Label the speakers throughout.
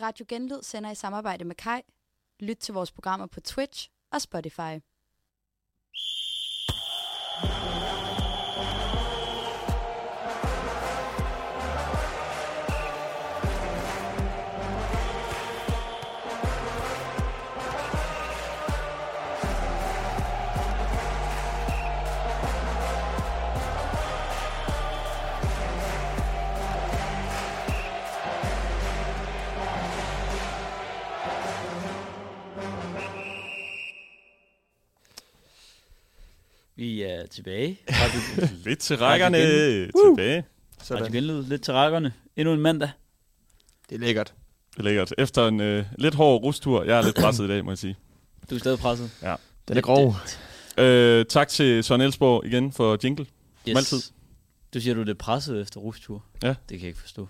Speaker 1: Radio Genlyd sender i samarbejde med Kai. Lyt til vores programmer på Twitch og Spotify.
Speaker 2: Vi er tilbage. Radio,
Speaker 3: Lidt til rækkerne tilbage.
Speaker 2: Radio
Speaker 4: Sådan.
Speaker 2: Genlyd, lidt til rækkerne. Endnu en mandag.
Speaker 4: Det er lækkert.
Speaker 3: Det er lækkert. Efter en øh, lidt hård rustur. Jeg er lidt presset i dag, må jeg sige.
Speaker 2: Du er stadig presset.
Speaker 4: Den er grov.
Speaker 3: Øh, tak til Søren Elsborg igen for jingle. Som altid.
Speaker 2: Du siger, du er lidt presset efter rustur.
Speaker 3: Ja.
Speaker 2: Det kan jeg ikke forstå.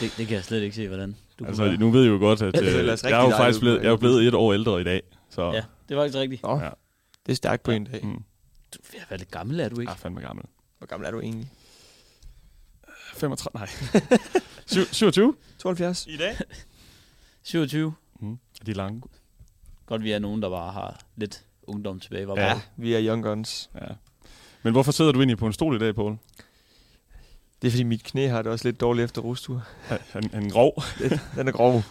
Speaker 2: det, det kan jeg slet ikke se, hvordan du
Speaker 3: Altså,
Speaker 2: kunne være.
Speaker 3: nu ved I jo godt, at
Speaker 4: Ja, det er
Speaker 3: øh,
Speaker 4: ellers
Speaker 3: jeg er jo
Speaker 4: rigtig
Speaker 3: faktisk
Speaker 4: dejligt.
Speaker 3: blevet, jeg er jo blevet et år ældre i dag. Så ja.
Speaker 2: Ja, det var faktisk rigtigt.
Speaker 4: Nå,
Speaker 3: Ja.
Speaker 4: ja. det er stærkt på en dag.
Speaker 3: mm,
Speaker 2: Du, jeg er lidt gammel, er du ikke?
Speaker 3: jeg er fandme gammel.
Speaker 4: Hvor gammel er du egentlig?
Speaker 3: 35, nej. Syv- 27?
Speaker 4: 72.
Speaker 3: I dag?
Speaker 2: 27.
Speaker 3: Mm, de er lange.
Speaker 2: Godt, vi er nogen, der bare har lidt ungdom tilbage. Var
Speaker 3: Ja.
Speaker 2: ja.
Speaker 4: Ja, vi er Young Guns.
Speaker 3: Ja. Men hvorfor sidder du egentlig på en stol i dag, Poul?
Speaker 4: Det er fordi mit knæ har det også lidt dårligt efter rustur.
Speaker 3: Han, han grov.
Speaker 4: Den er grov.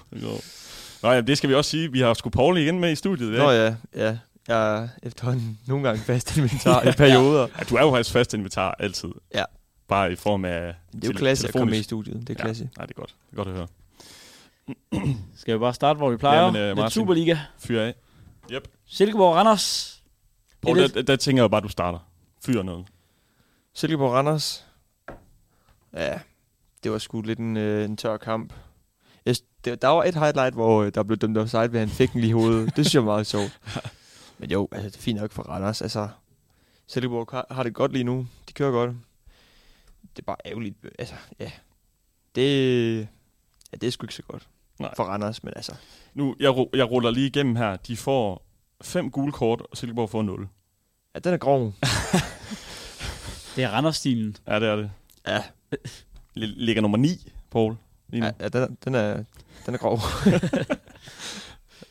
Speaker 3: Nå ja, det skal vi også sige. Vi har sgu Poul igen med i studiet i dag.
Speaker 4: Nå ja, ja. Jeg er efterhånden nogle gange fast i inventar i perioder.
Speaker 3: Ja, du er jo faktisk fast inventar altid.
Speaker 4: Ja.
Speaker 3: Bare i form af...
Speaker 4: Det er jo
Speaker 3: tele-
Speaker 4: klasse at komme med i
Speaker 3: telefonisk-
Speaker 4: studiet. Det er klasse.
Speaker 3: Ja, nej, det er godt. Det er godt at høre.
Speaker 2: Skal vi bare starte, hvor vi plejer?
Speaker 3: Jamen, øh,
Speaker 2: lidt
Speaker 3: Martin.
Speaker 2: Superliga.
Speaker 3: Fyr af.
Speaker 2: Silkeborg Randers.
Speaker 3: Poul,
Speaker 2: Det er
Speaker 3: der, der, der, tænker jeg bare, at du starter. Fyr noget.
Speaker 4: Silkeborg Randers. Ja, det var sgu lidt en, øh, en tør kamp. Jeg, s- det, der var et highlight, hvor øh, der blev dømt offside, ved han fik den lige i hovedet. Det synes jeg er meget sjovt. Men jo, altså, det er fint nok for Randers. Altså, Silkeborg har, har det godt lige nu. De kører godt. Det er bare ærgerligt. Altså, ja. Det, ja, det er sgu ikke så godt
Speaker 3: Nej.
Speaker 4: Nej. for Randers, men altså,
Speaker 3: Nu, jeg, ru- jeg ruller lige igennem her. De får fem gule kort, og Silkeborg får 0.
Speaker 4: ja, den er grov.
Speaker 2: Det er Randers-stilen.
Speaker 3: Ja, det er det.
Speaker 4: Ja,
Speaker 3: L- ligger nummer 9, Poul. Lige nu.
Speaker 4: ja, ja den, er, den, er, den er grov.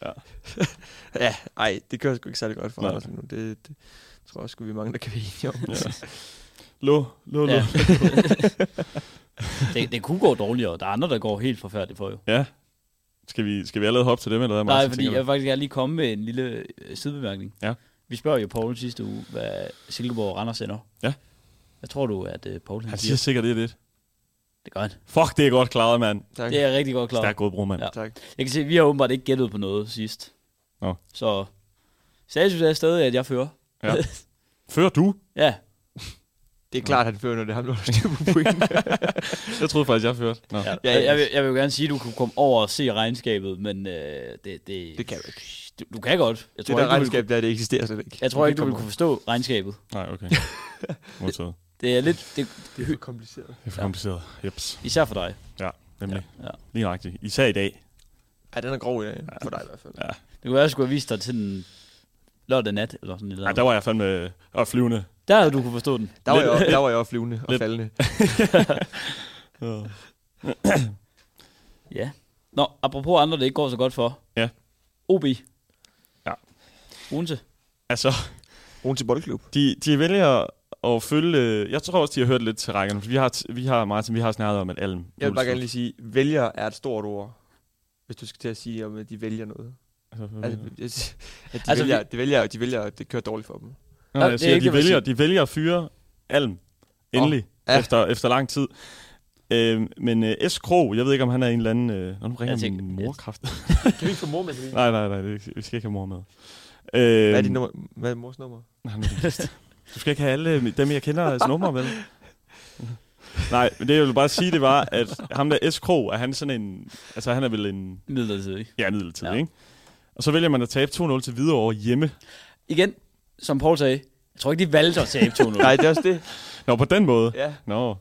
Speaker 3: Ja.
Speaker 4: ja, ej, det kører sgu ikke særlig godt for
Speaker 3: Nej.
Speaker 4: Randers lige nu. Det, det tror jeg sgu, vi er mange, der kan være enige om.
Speaker 3: Ja. Lå, lå, lå.
Speaker 2: Ja.
Speaker 3: Ja.
Speaker 2: det, det kunne gå dårligere. Der er andre, der går helt forfærdeligt for jo.
Speaker 3: ja. Skal vi, skal vi allerede hoppe til dem, eller hvad,
Speaker 2: Nej,
Speaker 3: Martin,
Speaker 2: fordi
Speaker 3: altså, tænker
Speaker 2: jeg vil
Speaker 3: du?
Speaker 2: faktisk gerne lige komme med en lille øh, sidebemærkning.
Speaker 3: Ja.
Speaker 2: Vi spørger jo Paul sidste uge, hvad Silkeborg og Randers ender.
Speaker 3: Ja.
Speaker 2: Hvad tror du, at uh, Paul han
Speaker 3: Han siger
Speaker 2: siger?
Speaker 3: sikkert, det er lidt.
Speaker 2: Det gør han.
Speaker 3: Fuck, det er godt klaret, mand.
Speaker 4: Tak.
Speaker 2: Det er jeg rigtig godt klar. over.
Speaker 3: Stærk god bror, mand.
Speaker 2: Ja.
Speaker 3: Ja.
Speaker 4: tak.
Speaker 2: Jeg kan se, at vi har åbenbart ikke gættet på noget sidst.
Speaker 3: Nå.
Speaker 2: Så status er stadig, at jeg fører.
Speaker 3: Ja. Før du?
Speaker 2: ja.
Speaker 4: Det er klart, at han fører, når det er ham, der har styr på point.
Speaker 3: Jeg troede faktisk, jeg førte. Nå.
Speaker 2: ja.
Speaker 4: Ja,
Speaker 2: Jeg,
Speaker 4: ja.
Speaker 2: jeg, vil, jeg vil jo gerne sige, at du kunne komme over og se regnskabet, men øh, det, det...
Speaker 4: Det kan du ikke.
Speaker 2: Du, du kan godt. Jeg
Speaker 4: det
Speaker 2: tror
Speaker 4: der
Speaker 2: ikke, du vil,
Speaker 4: regnskab der, det eksisterer slet ikke.
Speaker 2: jeg tror ikke, du vil kunne forstå regnskabet.
Speaker 3: Nej, okay. Modtaget.
Speaker 2: Det er lidt... Det,
Speaker 4: Det er for kompliceret.
Speaker 3: Det er for kompliceret. Jeps.
Speaker 2: især for dig.
Speaker 3: Nemlig.
Speaker 2: Ja.
Speaker 3: Ja. Lige nøjagtigt. Især i dag.
Speaker 4: Ja, den er grov i dag. For dig i hvert fald.
Speaker 3: Ja.
Speaker 2: Det kunne være, at jeg skulle have vist dig til den lørdag nat, eller sådan noget.
Speaker 3: Ja, der var jeg fandme øh, og flyvende.
Speaker 2: der havde du kunne forstå den.
Speaker 4: Der var,
Speaker 3: Lidt-
Speaker 4: jeg, der var jeg også flyvende og
Speaker 3: lidt-
Speaker 4: faldende.
Speaker 2: Ja. Nå, apropos andre, det ikke går så godt for.
Speaker 3: Ja.
Speaker 2: OB.
Speaker 3: Ja.
Speaker 2: Odense.
Speaker 3: Altså,
Speaker 4: Rundt til boldklub.
Speaker 3: de, de vælger at følge... øh, Jeg tror også, de har hørt lidt til rækkerne. for Vi har, t- vi har, Martin, vi har snakket om, at Alm...
Speaker 4: Jeg vil bare gerne lige sige, vælger er et stort ord. Hvis du skal til at sige, om at de vælger noget. Altså,
Speaker 3: Altså,
Speaker 4: at de,
Speaker 2: Mhm. Altså,
Speaker 4: altså, vælger, de vælger, de vælger, det kører dårligt for dem.
Speaker 3: Nå,
Speaker 2: Nej,
Speaker 3: jeg
Speaker 2: det er
Speaker 3: siger,
Speaker 2: ikke
Speaker 3: de,
Speaker 2: det, man
Speaker 3: vælger, de vælger at fyre Alm. Endelig. Oh,
Speaker 4: ja.
Speaker 3: efter, efter lang tid. Øhm, men øh, S. Krog, jeg ved ikke, om han er en eller anden... Øh, Nå, nu ringer
Speaker 2: Jeg tænkte-
Speaker 3: min mor kraft.
Speaker 4: Kan vi ikke få mor med det?
Speaker 3: nej, nej, nej, det, vi skal ikke have mor med. Øhm,
Speaker 4: Hvad er, din nummer, hvad er mors nummer?
Speaker 3: Nej, nu er det bedst. Du skal ikke have alle øh, dem, jeg kender, nummer, vel? Nej, men det jeg ville bare sige, det var, at ham der S. Krog, er han sådan en... Altså, han er vel en...
Speaker 2: Midlertidig.
Speaker 3: Ja, midlertidig,
Speaker 2: Ja.
Speaker 3: ja. ikke? Og så vælger man at tabe 2-0 til Hvidovre hjemme.
Speaker 2: Igen, som Paul sagde, jeg tror ikke, de valgte at tabe 2-0.
Speaker 4: Nej, det er også det.
Speaker 3: Nå, på den måde.
Speaker 4: Ja.
Speaker 3: Nå.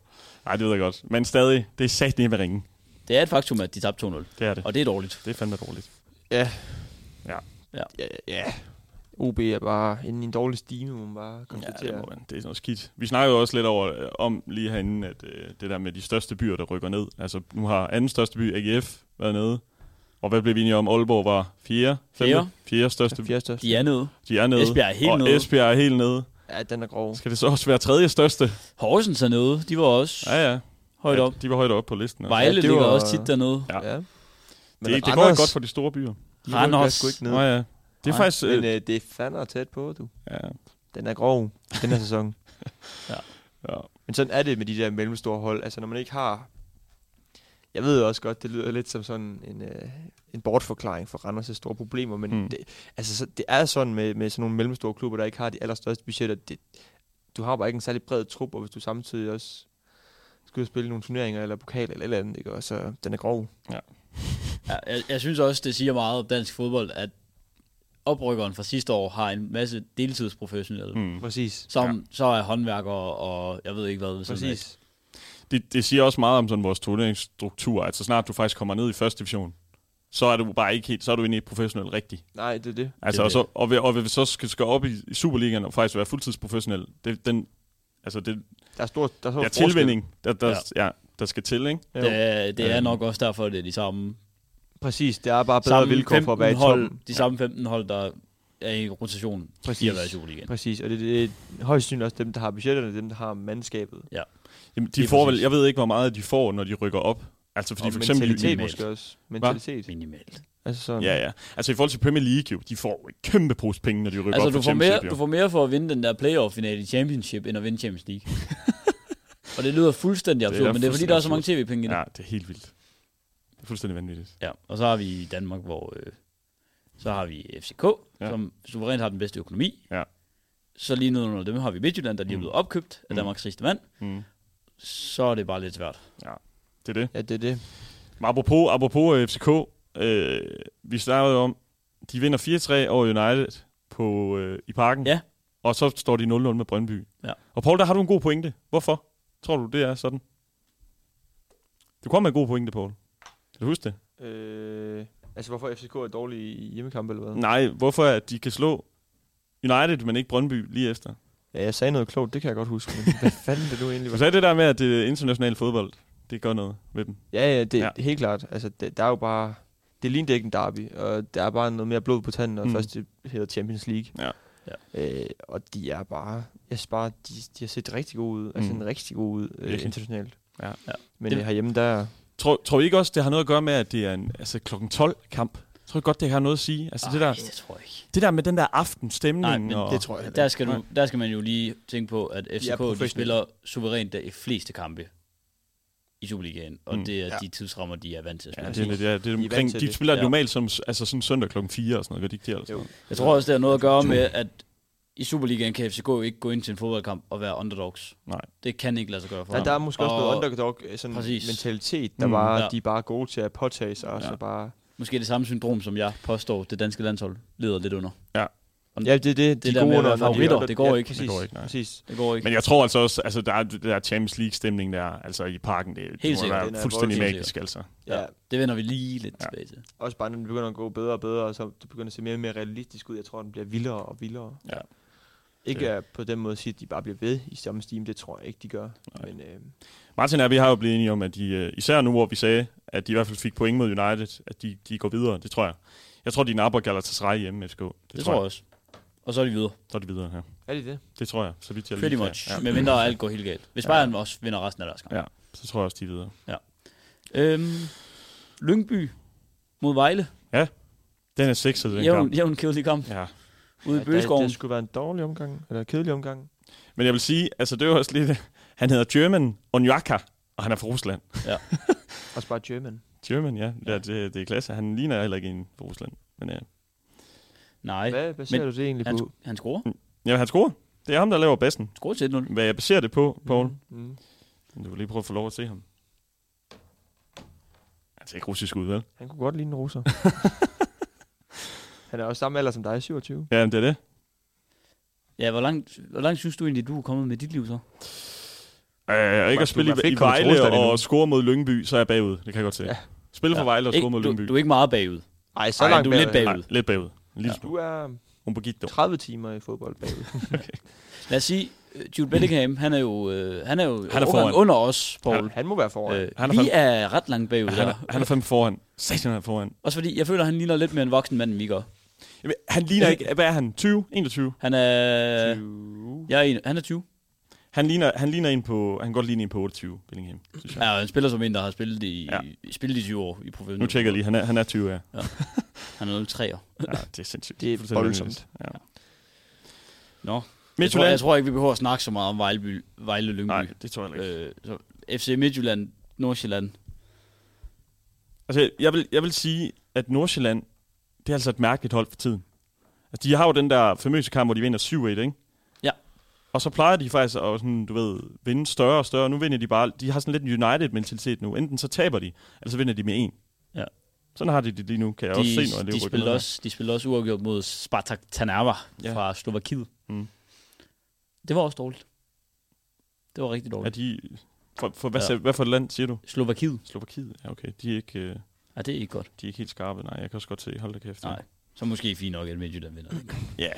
Speaker 3: Nej, det ved jeg godt. Men stadig, det er sat ned med ringen.
Speaker 2: Det er et faktum, at de tabte 2-0,
Speaker 3: Det er det.
Speaker 2: og det er dårligt.
Speaker 3: Det er fandme dårligt.
Speaker 4: Ja.
Speaker 3: Ja.
Speaker 4: Ja. ja. OB er bare inde i en dårlig stime, må man bare
Speaker 3: Ja,
Speaker 4: konstatere.
Speaker 3: det, må man. det er noget skidt. Vi snakker jo også lidt over, øh, om lige herinde, at øh, det der med de største byer, der rykker ned. Altså, nu har anden største by, AGF, været nede. Og hvad blev vi enige om? Aalborg var fjerde? femte?
Speaker 2: Fjerde.
Speaker 3: Fjerde største by.
Speaker 4: Fjerde største.
Speaker 2: De er nede.
Speaker 3: De er nede.
Speaker 2: Esbjerg er helt
Speaker 3: og
Speaker 2: nede.
Speaker 3: Esbjerg er helt nede.
Speaker 4: Ja, den er grov.
Speaker 3: Skal det så også være tredje største?
Speaker 2: Horsens er nede. De var også ja,
Speaker 3: Ja, ja.
Speaker 2: højt
Speaker 3: Ja,
Speaker 2: op.
Speaker 3: De var højt op på listen. Også.
Speaker 2: Vejle
Speaker 4: Ja, det
Speaker 2: ligger
Speaker 4: var-
Speaker 2: også tit dernede.
Speaker 3: Ja.
Speaker 4: Ja.
Speaker 3: Det, det, det går
Speaker 4: Randers-
Speaker 3: ikke godt for de store byer.
Speaker 4: de rykker
Speaker 2: Randers.
Speaker 4: sgu ikke ned.
Speaker 3: Nå ja. Det er
Speaker 2: Nej,
Speaker 3: faktisk...
Speaker 4: Men
Speaker 3: Øh,
Speaker 4: øh, det er fandme tæt på, du.
Speaker 3: ja,
Speaker 4: Den er grov, den her sæson.
Speaker 3: ja.
Speaker 4: Men sådan er det med de der mellemstore hold. Altså, når man ikke har... Jeg ved også godt, det lyder lidt som sådan en, øh, en bortforklaring for Randers' store problemer, men
Speaker 3: Mm.
Speaker 4: mm. det, altså, så, det er sådan med, med sådan nogle mellemstore klubber, der ikke har de allerstørste budgetter. Det, du har bare ikke en særlig bred trup, og hvis du samtidig også skal ud og spille nogle turneringer eller pokal eller et eller andet, ikke? Og så den er grov.
Speaker 2: Ja, jeg, jeg synes også, det siger meget om dansk fodbold, at oprykkeren fra sidste år har en masse deltidsprofessionelle, mm.
Speaker 3: Mm.
Speaker 4: Præcis.
Speaker 2: som så er håndværkere og jeg ved ikke hvad. sådan noget.
Speaker 4: Præcis.
Speaker 3: det, det siger også meget om sådan vores turneringsstruktur, at så snart du faktisk kommer ned i første division, så er du bare ikke helt, så er du inde i professionel rigtig.
Speaker 4: Nej, det er det.
Speaker 3: Altså,
Speaker 2: Det er
Speaker 3: og, så, og, ved, og ved, så skal, skal op i, i Superligaen og faktisk være fuldtidsprofessionel. Det, den, altså, det
Speaker 4: Der er stor, der er stor
Speaker 3: er
Speaker 4: forskel.
Speaker 3: tilvinding, der, der, ja. Ja, der skal til, ikke?
Speaker 4: Jo.
Speaker 2: Det, er- det er
Speaker 3: Øhm.
Speaker 2: nok også derfor, det er de samme,
Speaker 4: Præcis, der er bare bedre
Speaker 2: samme
Speaker 4: vilkår for at være i
Speaker 2: hold,
Speaker 4: toppen.
Speaker 2: de samme 15 hold, der er i rotation i
Speaker 4: Præcis.
Speaker 2: at være i Superligaen.
Speaker 4: Præcis, og det, det er højst sandsynligt også dem, der har budgetterne, dem, der har mandskabet.
Speaker 3: Jamen, de
Speaker 2: Lige
Speaker 3: får vel,
Speaker 2: præcis.
Speaker 3: jeg ved ikke, hvor meget de får, når de rykker op. Altså, fordi
Speaker 4: og
Speaker 3: for eksempel...
Speaker 4: mentalitet
Speaker 2: Minimalt.
Speaker 4: måske også. Mentalitet.
Speaker 2: Minimalt.
Speaker 4: Altså sådan.
Speaker 3: Ja, ja. Altså, i forhold til Premier League, jo, de får jo en kæmpe pose penge, når de rykker
Speaker 2: Altså,
Speaker 3: op
Speaker 2: du
Speaker 3: for
Speaker 2: får,
Speaker 3: Championship,
Speaker 2: mere,
Speaker 3: jo.
Speaker 2: du får mere for at vinde den der playoff-finale i Championship, end at vinde Champions League. og det lyder fuldstændig
Speaker 3: Det er
Speaker 2: absurd, men det er fordi,
Speaker 3: fuldstændig
Speaker 2: der er så mange tv-penge i det.
Speaker 3: Ja, det er helt vildt. Det er fuldstændig vanvittigt.
Speaker 2: Ja, og så har vi i Danmark, hvor øh, så har vi FCK,
Speaker 3: Ja.
Speaker 2: ja. som suverænt har den bedste økonomi.
Speaker 3: Ja.
Speaker 2: Så lige nedenunder dem har vi Midtjylland, der lige er
Speaker 3: Mm.
Speaker 2: blevet opkøbt af
Speaker 3: Mm.
Speaker 2: Danmarks rigeste mand.
Speaker 3: Mm.
Speaker 2: Så er det bare lidt svært.
Speaker 3: Det er det.
Speaker 4: ja, det er det.
Speaker 3: Men apropos, apropos øh, FCK, øh, vi snakkede om, de vinder 4-3 over United på, øh, i parken,
Speaker 2: Ja.
Speaker 3: og så står de 0-0 med Brøndby.
Speaker 2: Ja.
Speaker 3: Og Paul, der har du en god pointe. Hvorfor tror du, det er sådan? Du kom med en god pointe, Paul. Kan du huske det?
Speaker 4: Øh, altså, hvorfor FCK er dårlig i hjemmekamp eller hvad?
Speaker 3: Nej, hvorfor at de kan slå United, men ikke Brøndby lige efter?
Speaker 4: Ja, jeg sagde noget klogt, det kan jeg godt huske. Men hvad fanden det nu egentlig
Speaker 3: Du
Speaker 4: var?
Speaker 3: sagde det der med, at det er international fodbold. Det gør noget ved dem.
Speaker 4: Ja, ja, det er
Speaker 3: Ja.
Speaker 4: ja. helt klart. Altså, det, der er jo bare... Det lignede ikke en derby, og der er bare noget mere blod på tanden, og
Speaker 3: Mm.
Speaker 4: mm. først det hedder Champions League.
Speaker 3: Ja.
Speaker 4: Ja. Øh, og de er bare... Jeg synes bare, de, de har set rigtig gode ud. Altså,
Speaker 3: Mm.
Speaker 4: en rigtig god ud øh,
Speaker 3: Virkelig.
Speaker 4: internationalt.
Speaker 3: Ja.
Speaker 2: Ja.
Speaker 4: Men
Speaker 2: Det-
Speaker 4: det... herhjemme, der...
Speaker 3: Tror, tror I ikke også, det har noget at gøre med, at det er en altså, klokken 12 kamp? Tror I godt, det har noget at sige? Altså, det
Speaker 2: Ej,
Speaker 3: der...
Speaker 2: det tror jeg ikke.
Speaker 3: Det der med den der aftenstemning.
Speaker 2: Nej, men
Speaker 3: og...
Speaker 4: Det tror jeg heller
Speaker 2: Der skal, du, der skal man jo lige tænke på, at FCK de
Speaker 4: professionelle.
Speaker 2: spiller suverænt de fleste kampe i Superligaen, og
Speaker 3: Mm.
Speaker 2: det er
Speaker 4: Ja.
Speaker 2: de tidsrammer, de er vant til at spille.
Speaker 3: Ja, det er lidt, ja, det er
Speaker 4: er
Speaker 3: omkring,
Speaker 4: vant til
Speaker 3: de
Speaker 4: det.
Speaker 3: spiller
Speaker 2: Ja.
Speaker 3: normalt som, altså sådan søndag klokken 4 og sådan noget, gør de ikke det? Altså.
Speaker 4: Jo.
Speaker 2: Jeg tror også, det har noget at gøre med, at i Superligaen kan FCK jo ikke gå ind til en fodboldkamp og være underdogs.
Speaker 3: Nej.
Speaker 2: Det kan ikke lade sig gøre for
Speaker 4: Der,
Speaker 2: ham.
Speaker 4: der er måske også noget
Speaker 2: Og-
Speaker 4: underdog øh, sådan
Speaker 2: Præcis.
Speaker 4: Præcis. mentalitet, der
Speaker 3: Mm.
Speaker 4: mm, bare,
Speaker 2: Ja.
Speaker 4: ja. de er bare gode til at påtage sig, og
Speaker 3: Ja.
Speaker 4: ja. så bare...
Speaker 2: Måske det samme syndrom, som jeg påstår, det danske landshold lider lidt under.
Speaker 4: Ja, det er det.
Speaker 2: der
Speaker 4: De er
Speaker 2: med
Speaker 4: gode
Speaker 2: at
Speaker 4: under-
Speaker 2: være
Speaker 4: når de er
Speaker 2: favoritter,
Speaker 4: under-
Speaker 2: det går
Speaker 4: ja,
Speaker 2: ikke.
Speaker 4: Præcis,
Speaker 3: Det går ikke, nej.
Speaker 4: Præcis.
Speaker 2: Det går ikke.
Speaker 3: Men jeg tror altså også, altså der er det der Champions League-stemning der, altså i parken, det, Helt det må
Speaker 2: sikkert.
Speaker 3: være
Speaker 4: Den er
Speaker 3: fuldstændig
Speaker 2: voldsomt.
Speaker 3: magisk, altså.
Speaker 4: Ja.
Speaker 2: Ja. Det vender vi lige lidt
Speaker 3: Ja.
Speaker 2: ja. tilbage til.
Speaker 4: Også bare, når den begynder at gå bedre og bedre, og så det begynder at se mere og mere realistisk ud. Jeg tror, den bliver vildere og vildere.
Speaker 3: Ja.
Speaker 4: Ikke
Speaker 3: Det-
Speaker 4: at på den måde at sige, at de bare bliver ved i samme stime. Det tror jeg ikke, de gør.
Speaker 3: Nej.
Speaker 4: Men øh,
Speaker 3: Martin og vi har jo blevet enige om, at de, øh, især nu, hvor vi sagde, at de i hvert fald fik point mod United, at de, de går videre, det tror jeg. Jeg tror, de napper Galatasaray hjemme, FCK. Det,
Speaker 2: Det, tror jeg også. Og så er de videre.
Speaker 3: Så er de videre her.
Speaker 4: er det det?
Speaker 3: Det tror jeg, så vidt jeg
Speaker 2: Pretty
Speaker 3: lige kan.
Speaker 2: much.
Speaker 3: Ja.
Speaker 2: Ja. Med mindre alt går helt galt. Hvis
Speaker 3: Ja.
Speaker 2: Bayern også vinder resten af deres kamp.
Speaker 3: Ja. Så tror jeg også, de er videre.
Speaker 2: Øhm, Lyngby mod Vejle.
Speaker 3: Den er sexet, den
Speaker 2: Jævn,
Speaker 3: kamp.
Speaker 2: jævn kedelig kamp
Speaker 3: Ja.
Speaker 2: ude i
Speaker 4: Ja, der, der
Speaker 2: Bøgeskoven.
Speaker 4: skulle være en dårlig omgang, eller en kedelig omgang.
Speaker 3: Men jeg vil sige, altså det var også lidt... Han hedder German Onyaka, og han er fra Rusland.
Speaker 4: Også bare German.
Speaker 3: German, ja. ja.
Speaker 2: Ja.
Speaker 3: det, det er klasse. Han ligner heller ikke en fra Rusland. Men ja.
Speaker 2: Nej,
Speaker 4: Hvad baserer
Speaker 2: men
Speaker 4: du det egentlig
Speaker 2: han,
Speaker 4: på?
Speaker 2: han scorer.
Speaker 3: Jamen, han scorer. Det er ham, der laver bassen.
Speaker 2: Scorer til 1-0.
Speaker 3: Hvad jeg baserer det på, Paul,
Speaker 4: Mm.
Speaker 3: mm. du vil lige prøve at få lov at se ham. Han ser ikke russisk ud, vel?
Speaker 4: Han kunne godt ligne en russer. han er også samme alder som dig, 27.
Speaker 3: Ja, men det er det.
Speaker 2: Ja, hvor langt, hvor langt synes du egentlig, du er kommet med dit liv så?
Speaker 3: Øh, og ikke
Speaker 4: Du
Speaker 3: at spille
Speaker 4: er
Speaker 3: i, i
Speaker 4: ikke kommet til
Speaker 3: Vejle
Speaker 4: Rusland endnu.
Speaker 3: og score mod Lyngby, så er jeg bagud. Det kan jeg godt se. Ja.
Speaker 4: Ja.
Speaker 3: Spille for
Speaker 2: Ja.
Speaker 3: Vejle og score
Speaker 2: Ikke,
Speaker 3: mod
Speaker 2: du,
Speaker 3: Lyngby.
Speaker 2: du er ikke meget bagud.
Speaker 4: Ej, så
Speaker 2: Ej,
Speaker 4: langt
Speaker 2: du er lidt
Speaker 4: bagud.
Speaker 2: bagud.
Speaker 3: Nej, lidt bagud. En lille
Speaker 4: Du er
Speaker 3: Un poquito.
Speaker 4: 30 timer i fodbold bagud.
Speaker 2: Lad os sige, øh, Jude Bellingham, han er jo, øh, han er jo
Speaker 3: Han
Speaker 2: årgangen
Speaker 3: er foran.
Speaker 2: under os, Paul.
Speaker 4: Han, han må være foran.
Speaker 2: Øh,
Speaker 3: Han er
Speaker 2: vi
Speaker 3: fandme-
Speaker 2: er ret langt bagud
Speaker 3: Han
Speaker 2: der.
Speaker 3: er, han er fandme foran. Satan, han er foran.
Speaker 2: Også fordi, jeg føler, han ligner lidt mere en voksen mand, end vi gør.
Speaker 3: Jamen, han ligner ikke... Hvad er han? 20? 21?
Speaker 2: Han er...
Speaker 4: 20.
Speaker 2: Jeg er en, han er 20.
Speaker 3: Han ligner, han ligner en på... Han kan godt ligne en på 28, Bellingham, synes jeg.
Speaker 2: Ja, og en spiller som en, der har spillet i,
Speaker 3: Ja.
Speaker 2: ja. spillet i 20 år i professionel.
Speaker 3: Nu tjekker jeg lige. Han er, han er 20, ja.
Speaker 2: Han er 03'er.
Speaker 3: ja det er sindssygt.
Speaker 4: Det er
Speaker 3: Fuldstændig
Speaker 4: voldsomt.
Speaker 3: vanvittigt. Ja.
Speaker 2: Nå, jeg tror,
Speaker 3: Midtjylland.
Speaker 2: jeg tror ikke, vi behøver at snakke så meget om Vejleby, Vejle Lyngby.
Speaker 3: Nej, det tror jeg heller ikke.
Speaker 2: øh, så FC Midtjylland, Nordsjælland. Øh.
Speaker 3: Altså, jeg vil, jeg vil sige, at Nordsjælland, det er altså et mærkeligt hold for tiden. Altså, de har jo den der famøse kamp, hvor de vinder 7-1, ikke?
Speaker 2: Ja.
Speaker 3: Og så plejer de faktisk at sådan, du ved, vinde større og større. Nu vinder de bare... De har sådan lidt en United-mentalitet nu. Enten så taber de, eller så vinder de med en.
Speaker 2: Ja.
Speaker 3: Sådan har de det lige nu, kan jeg
Speaker 2: De,
Speaker 3: også se, når jeg
Speaker 2: de,
Speaker 3: rykker
Speaker 2: spillede
Speaker 3: ned her.
Speaker 2: også, de spillede også uafgjort mod Spartak Tanava
Speaker 3: Ja.
Speaker 2: ja. fra Slovakiet.
Speaker 3: Mm.
Speaker 2: Det var også dårligt. Det var rigtig
Speaker 3: Er
Speaker 2: dårligt.
Speaker 3: de... For, for, hvad,
Speaker 2: Ja.
Speaker 3: ja. hvad for et land siger du?
Speaker 2: Slovakiet?
Speaker 3: Slovakiet? Ja, okay. De er ikke, øh,
Speaker 2: Ja, det er ikke godt.
Speaker 3: de er ikke helt skarpe. Nej, jeg kan også godt se. Hold da kæft.
Speaker 2: Nej. Så måske fint nok, at Midtjylland vinder. den kamp.
Speaker 3: Ja.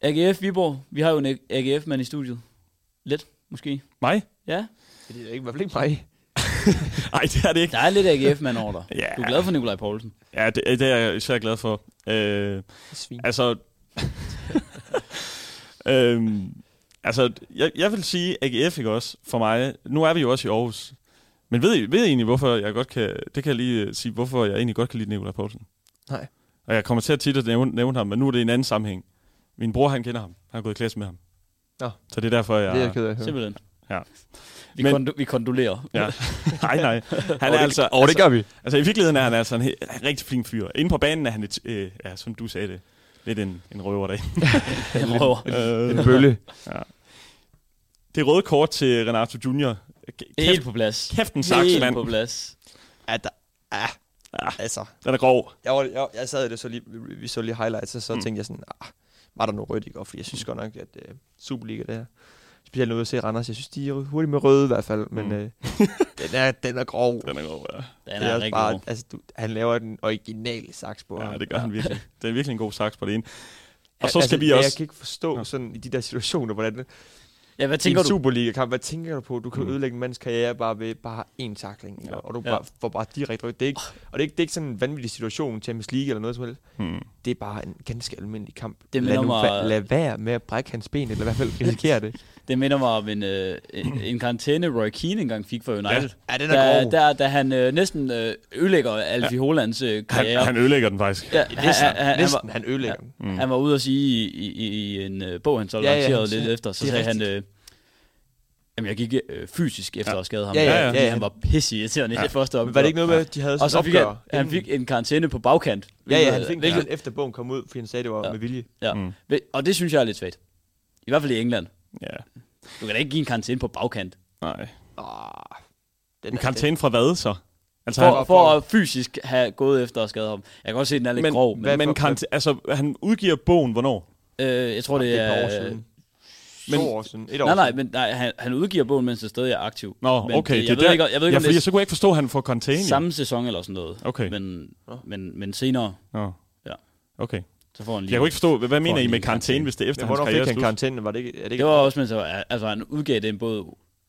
Speaker 2: AGF Viborg. Vi har jo en AGF-mand i studiet. Lidt, måske.
Speaker 3: Mig?
Speaker 2: Ja,
Speaker 4: Det er ikke, i hvert fald ikke mig.
Speaker 3: Nej, det er det ikke.
Speaker 2: der er lidt AGF-mand over dig.
Speaker 3: Ja,
Speaker 2: Du er glad for Nikolaj Poulsen.
Speaker 3: ja det, det er jeg især glad for. Øh,
Speaker 4: Svin.
Speaker 3: Altså, øhm, altså jeg, jeg vil sige AGF, ikke også, for mig. Nu er vi jo også i Aarhus. Men ved I, ved I egentlig, hvorfor jeg godt kan... Det kan jeg lige øh, sige, hvorfor jeg egentlig godt kan lide Nikolaj Poulsen.
Speaker 4: Nej.
Speaker 3: Og jeg kommer til at tit at nævne, nævne ham, men nu er det i en anden sammenhæng. Min bror, han kender ham. Han har gået i klasse med ham.
Speaker 4: Nå.
Speaker 3: Så det er derfor, jeg...
Speaker 4: Det er jeg ked af at høre.
Speaker 2: Simpelthen.
Speaker 3: Ja.
Speaker 2: Vi,
Speaker 3: Men-
Speaker 2: kondo- vi kondolerer.
Speaker 3: Ja. nej, nej. Han er altså...
Speaker 4: Åh, det gør vi.
Speaker 3: Altså, i virkeligheden er han altså en, he- en rigtig flink fyr. Inde på banen er han et... Øh, ja, som du sagde det. Lidt en, en røver derinde.
Speaker 2: Han røver.
Speaker 3: Øh,
Speaker 4: En bølle.
Speaker 3: Det røde kort til Renato Junior. K-
Speaker 2: Helt
Speaker 3: Kæft,
Speaker 2: på plads.
Speaker 3: kæft en saks,
Speaker 2: Helt
Speaker 3: mand.
Speaker 2: på plads.
Speaker 4: Ja, der, ah, altså.
Speaker 3: Den er grov.
Speaker 4: Jeg, var, jeg, jeg sad i det, så lige, vi, vi så lige highlights, og så
Speaker 3: Mm.
Speaker 4: mm. tænkte jeg sådan, ah, var der noget rødt i går? Fordi jeg synes godt nok, at øh, Superliga det her. Specielt noget at se Randers. Jeg synes, de er hurtigt med røde i hvert fald, men
Speaker 3: Mm.
Speaker 4: øh, den, er, den er grov. Den
Speaker 3: Den er grov, ja.
Speaker 2: Den er, er rigtig god.
Speaker 4: altså, du, han laver den originale saks på ham.
Speaker 3: ja det gør han virkelig. Det er virkelig en god saks på det ene. Og
Speaker 4: Al-
Speaker 3: så skal
Speaker 4: altså,
Speaker 3: vi
Speaker 4: Jeg
Speaker 3: også...
Speaker 4: kan ikke forstå
Speaker 3: Nå.
Speaker 4: sådan i de der situationer, hvordan det
Speaker 2: Ja, hvad
Speaker 4: i
Speaker 2: tænker
Speaker 4: en
Speaker 2: du?
Speaker 4: Superliga-kamp, hvad tænker du på? Du kan
Speaker 3: Mm.
Speaker 4: mm. ødelægge en mands karriere bare ved bare én takling,
Speaker 3: Ja.
Speaker 4: ja. og du
Speaker 2: Ja. Oh.
Speaker 4: ja. bare, får bare direkte rødt. Det er ikke, og det er, ikke, det er ikke sådan en vanvittig situation, Champions League eller noget som helst.
Speaker 3: Hmm.
Speaker 4: Det er bare en ganske almindelig kamp.
Speaker 2: Det
Speaker 4: lad,
Speaker 2: minder mig-
Speaker 4: fa- lad være med at brække hans ben, eller i hvert fald risikere det.
Speaker 2: Det minder mig om en, øh, en, en karantæne, Roy Keane engang fik for United.
Speaker 4: Ja, den
Speaker 2: Ja, der, der, da han øh, næsten øh, ødelægger Alfie ja. Hollands øh, karriere.
Speaker 3: Han, han ødelægger den faktisk.
Speaker 2: ja, han,
Speaker 4: Næsten,
Speaker 2: han, han, han,
Speaker 4: næsten, han ødelægger den.
Speaker 2: var, han var ude at sige i, i, i en øh, bog, han så
Speaker 4: Ja, ja,
Speaker 2: lancerede
Speaker 4: han
Speaker 2: lidt
Speaker 4: sagde-
Speaker 2: efter, så
Speaker 4: det
Speaker 2: sagde
Speaker 4: er
Speaker 2: han, øh, jamen jeg gik øh, fysisk efter ja. at skade ham.
Speaker 4: Ja, ja,
Speaker 2: fordi
Speaker 3: ja,
Speaker 4: ja, ja.
Speaker 2: Han var pisseirriterende ja. i det første
Speaker 4: Men
Speaker 2: opgør.
Speaker 4: var det ikke noget med, at de havde sådan
Speaker 2: Og så
Speaker 4: et
Speaker 2: fik han,
Speaker 4: opgør?
Speaker 2: han fik en karantæne på bagkant.
Speaker 4: Ja, ja,
Speaker 2: hvilket-
Speaker 4: han fik
Speaker 2: hvilket-
Speaker 4: den efter bogen kom ud, fordi han sagde, det var
Speaker 2: Ja.
Speaker 4: med vilje.
Speaker 2: Ja.
Speaker 3: Mm.
Speaker 2: Mm. Og det synes jeg er lidt svært. I hvert fald i England.
Speaker 3: Ja.
Speaker 2: Du kan da ikke give en karantæne på bagkant.
Speaker 3: Nej.
Speaker 2: Ah,
Speaker 4: Åh, den
Speaker 3: En
Speaker 4: er-
Speaker 3: karantæne fra hvad så? Altså,
Speaker 2: For,
Speaker 3: han,
Speaker 2: for at fysisk have gået efter og skadet ham. Jeg kan godt se, at den er lidt
Speaker 3: men,
Speaker 2: grov. Men,
Speaker 4: hvad-
Speaker 3: men karantæ- altså, han udgiver bogen, hvornår?
Speaker 2: øh, jeg tror,
Speaker 4: den-
Speaker 2: det
Speaker 4: Det er et par år
Speaker 2: er...
Speaker 4: siden. Men, to år siden. Et år
Speaker 2: Nej, nej,
Speaker 4: siden.
Speaker 2: men nej, han, han udgiver bogen, mens han stadig er aktiv.
Speaker 3: Nå,
Speaker 2: men
Speaker 3: okay.
Speaker 2: Det,
Speaker 3: det er
Speaker 2: jeg, ved
Speaker 3: der-
Speaker 2: ikke, jeg ved ikke,
Speaker 3: ja,
Speaker 2: om
Speaker 3: fordi
Speaker 2: det
Speaker 3: så kunne jeg ikke forstå, at han får karantæne.
Speaker 2: er samme sæson eller sådan noget.
Speaker 3: Okay.
Speaker 2: Men,
Speaker 4: Nå.
Speaker 2: men, men senere,
Speaker 3: Nå.
Speaker 2: Ja.
Speaker 3: Okay.
Speaker 2: så får han lige...
Speaker 3: Jeg kunne ikke forstå, hvad, hvad mener
Speaker 2: en
Speaker 3: I med
Speaker 2: lille
Speaker 3: karantæne,
Speaker 2: karantæne.
Speaker 3: hvis det er efter
Speaker 4: Men
Speaker 3: hans
Speaker 4: hvornår
Speaker 3: karriere
Speaker 4: fik
Speaker 3: er
Speaker 4: han
Speaker 3: slut?
Speaker 4: karantæne? Var det ikke, er det ikke
Speaker 2: det var også, mens han var- altså, han udgav den både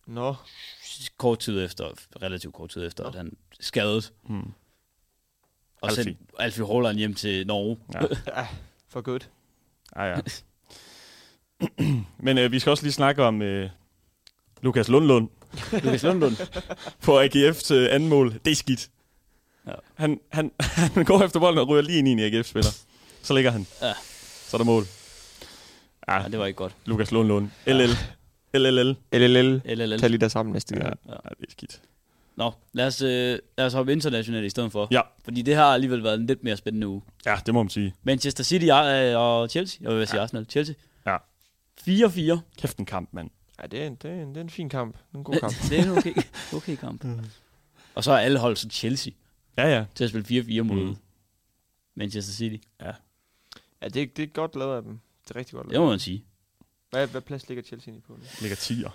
Speaker 4: Nå,
Speaker 2: kort tid efter, relativt kort tid efter, at han skadede.
Speaker 3: Hmm.
Speaker 2: Og
Speaker 3: Alfie.
Speaker 2: sendte Alfie Haaland hjem til Norge.
Speaker 3: Ja.
Speaker 4: for good.
Speaker 3: Ah, ja. Men øh, vi skal også lige snakke om øh, Lukas Lundlund
Speaker 2: Lukas Lundlund.
Speaker 3: på AGF's øh, anden mål. Det er skidt. Ja.
Speaker 2: Ja.
Speaker 3: Han, han, han går efter bolden og ryger lige ind i en AGF-spiller. Så ligger han.
Speaker 2: Ja.
Speaker 3: Så er der mål. Ja,
Speaker 2: Ja, det var ikke godt.
Speaker 3: Lukas Lundlund. LL. LLL.
Speaker 4: LLL.
Speaker 2: LLL.
Speaker 4: Tag lige der sammen næste
Speaker 3: Ja, ja,
Speaker 4: gang.
Speaker 3: det er skidt.
Speaker 2: Nå, lad os, øh, lad os hoppe internationalt i stedet for.
Speaker 3: Ja.
Speaker 2: Fordi det har alligevel været en lidt mere spændende uge.
Speaker 3: Ja, det må man sige.
Speaker 2: Manchester City øh, og Chelsea. Jeg vil sige Arsenal. Chelsea.
Speaker 3: Ja.
Speaker 2: 4-4.
Speaker 3: Kæft en kamp, mand.
Speaker 4: Ja, det er, en, det, er en, det er en fin kamp. En god kamp. Mm.
Speaker 2: det er en okay, okay kamp. og så er alle hold så Chelsea
Speaker 3: Ja, ja.
Speaker 2: til at spille 4-4 mod
Speaker 3: Mm.
Speaker 2: mm. Manchester City.
Speaker 4: Ja, det, er- det er godt lavet af dem. Det er rigtig godt
Speaker 2: Det
Speaker 4: lavet.
Speaker 2: må man sige.
Speaker 4: Hvad, hvad plads ligger Chelsea egentlig på nu?
Speaker 3: Ligger 10'er.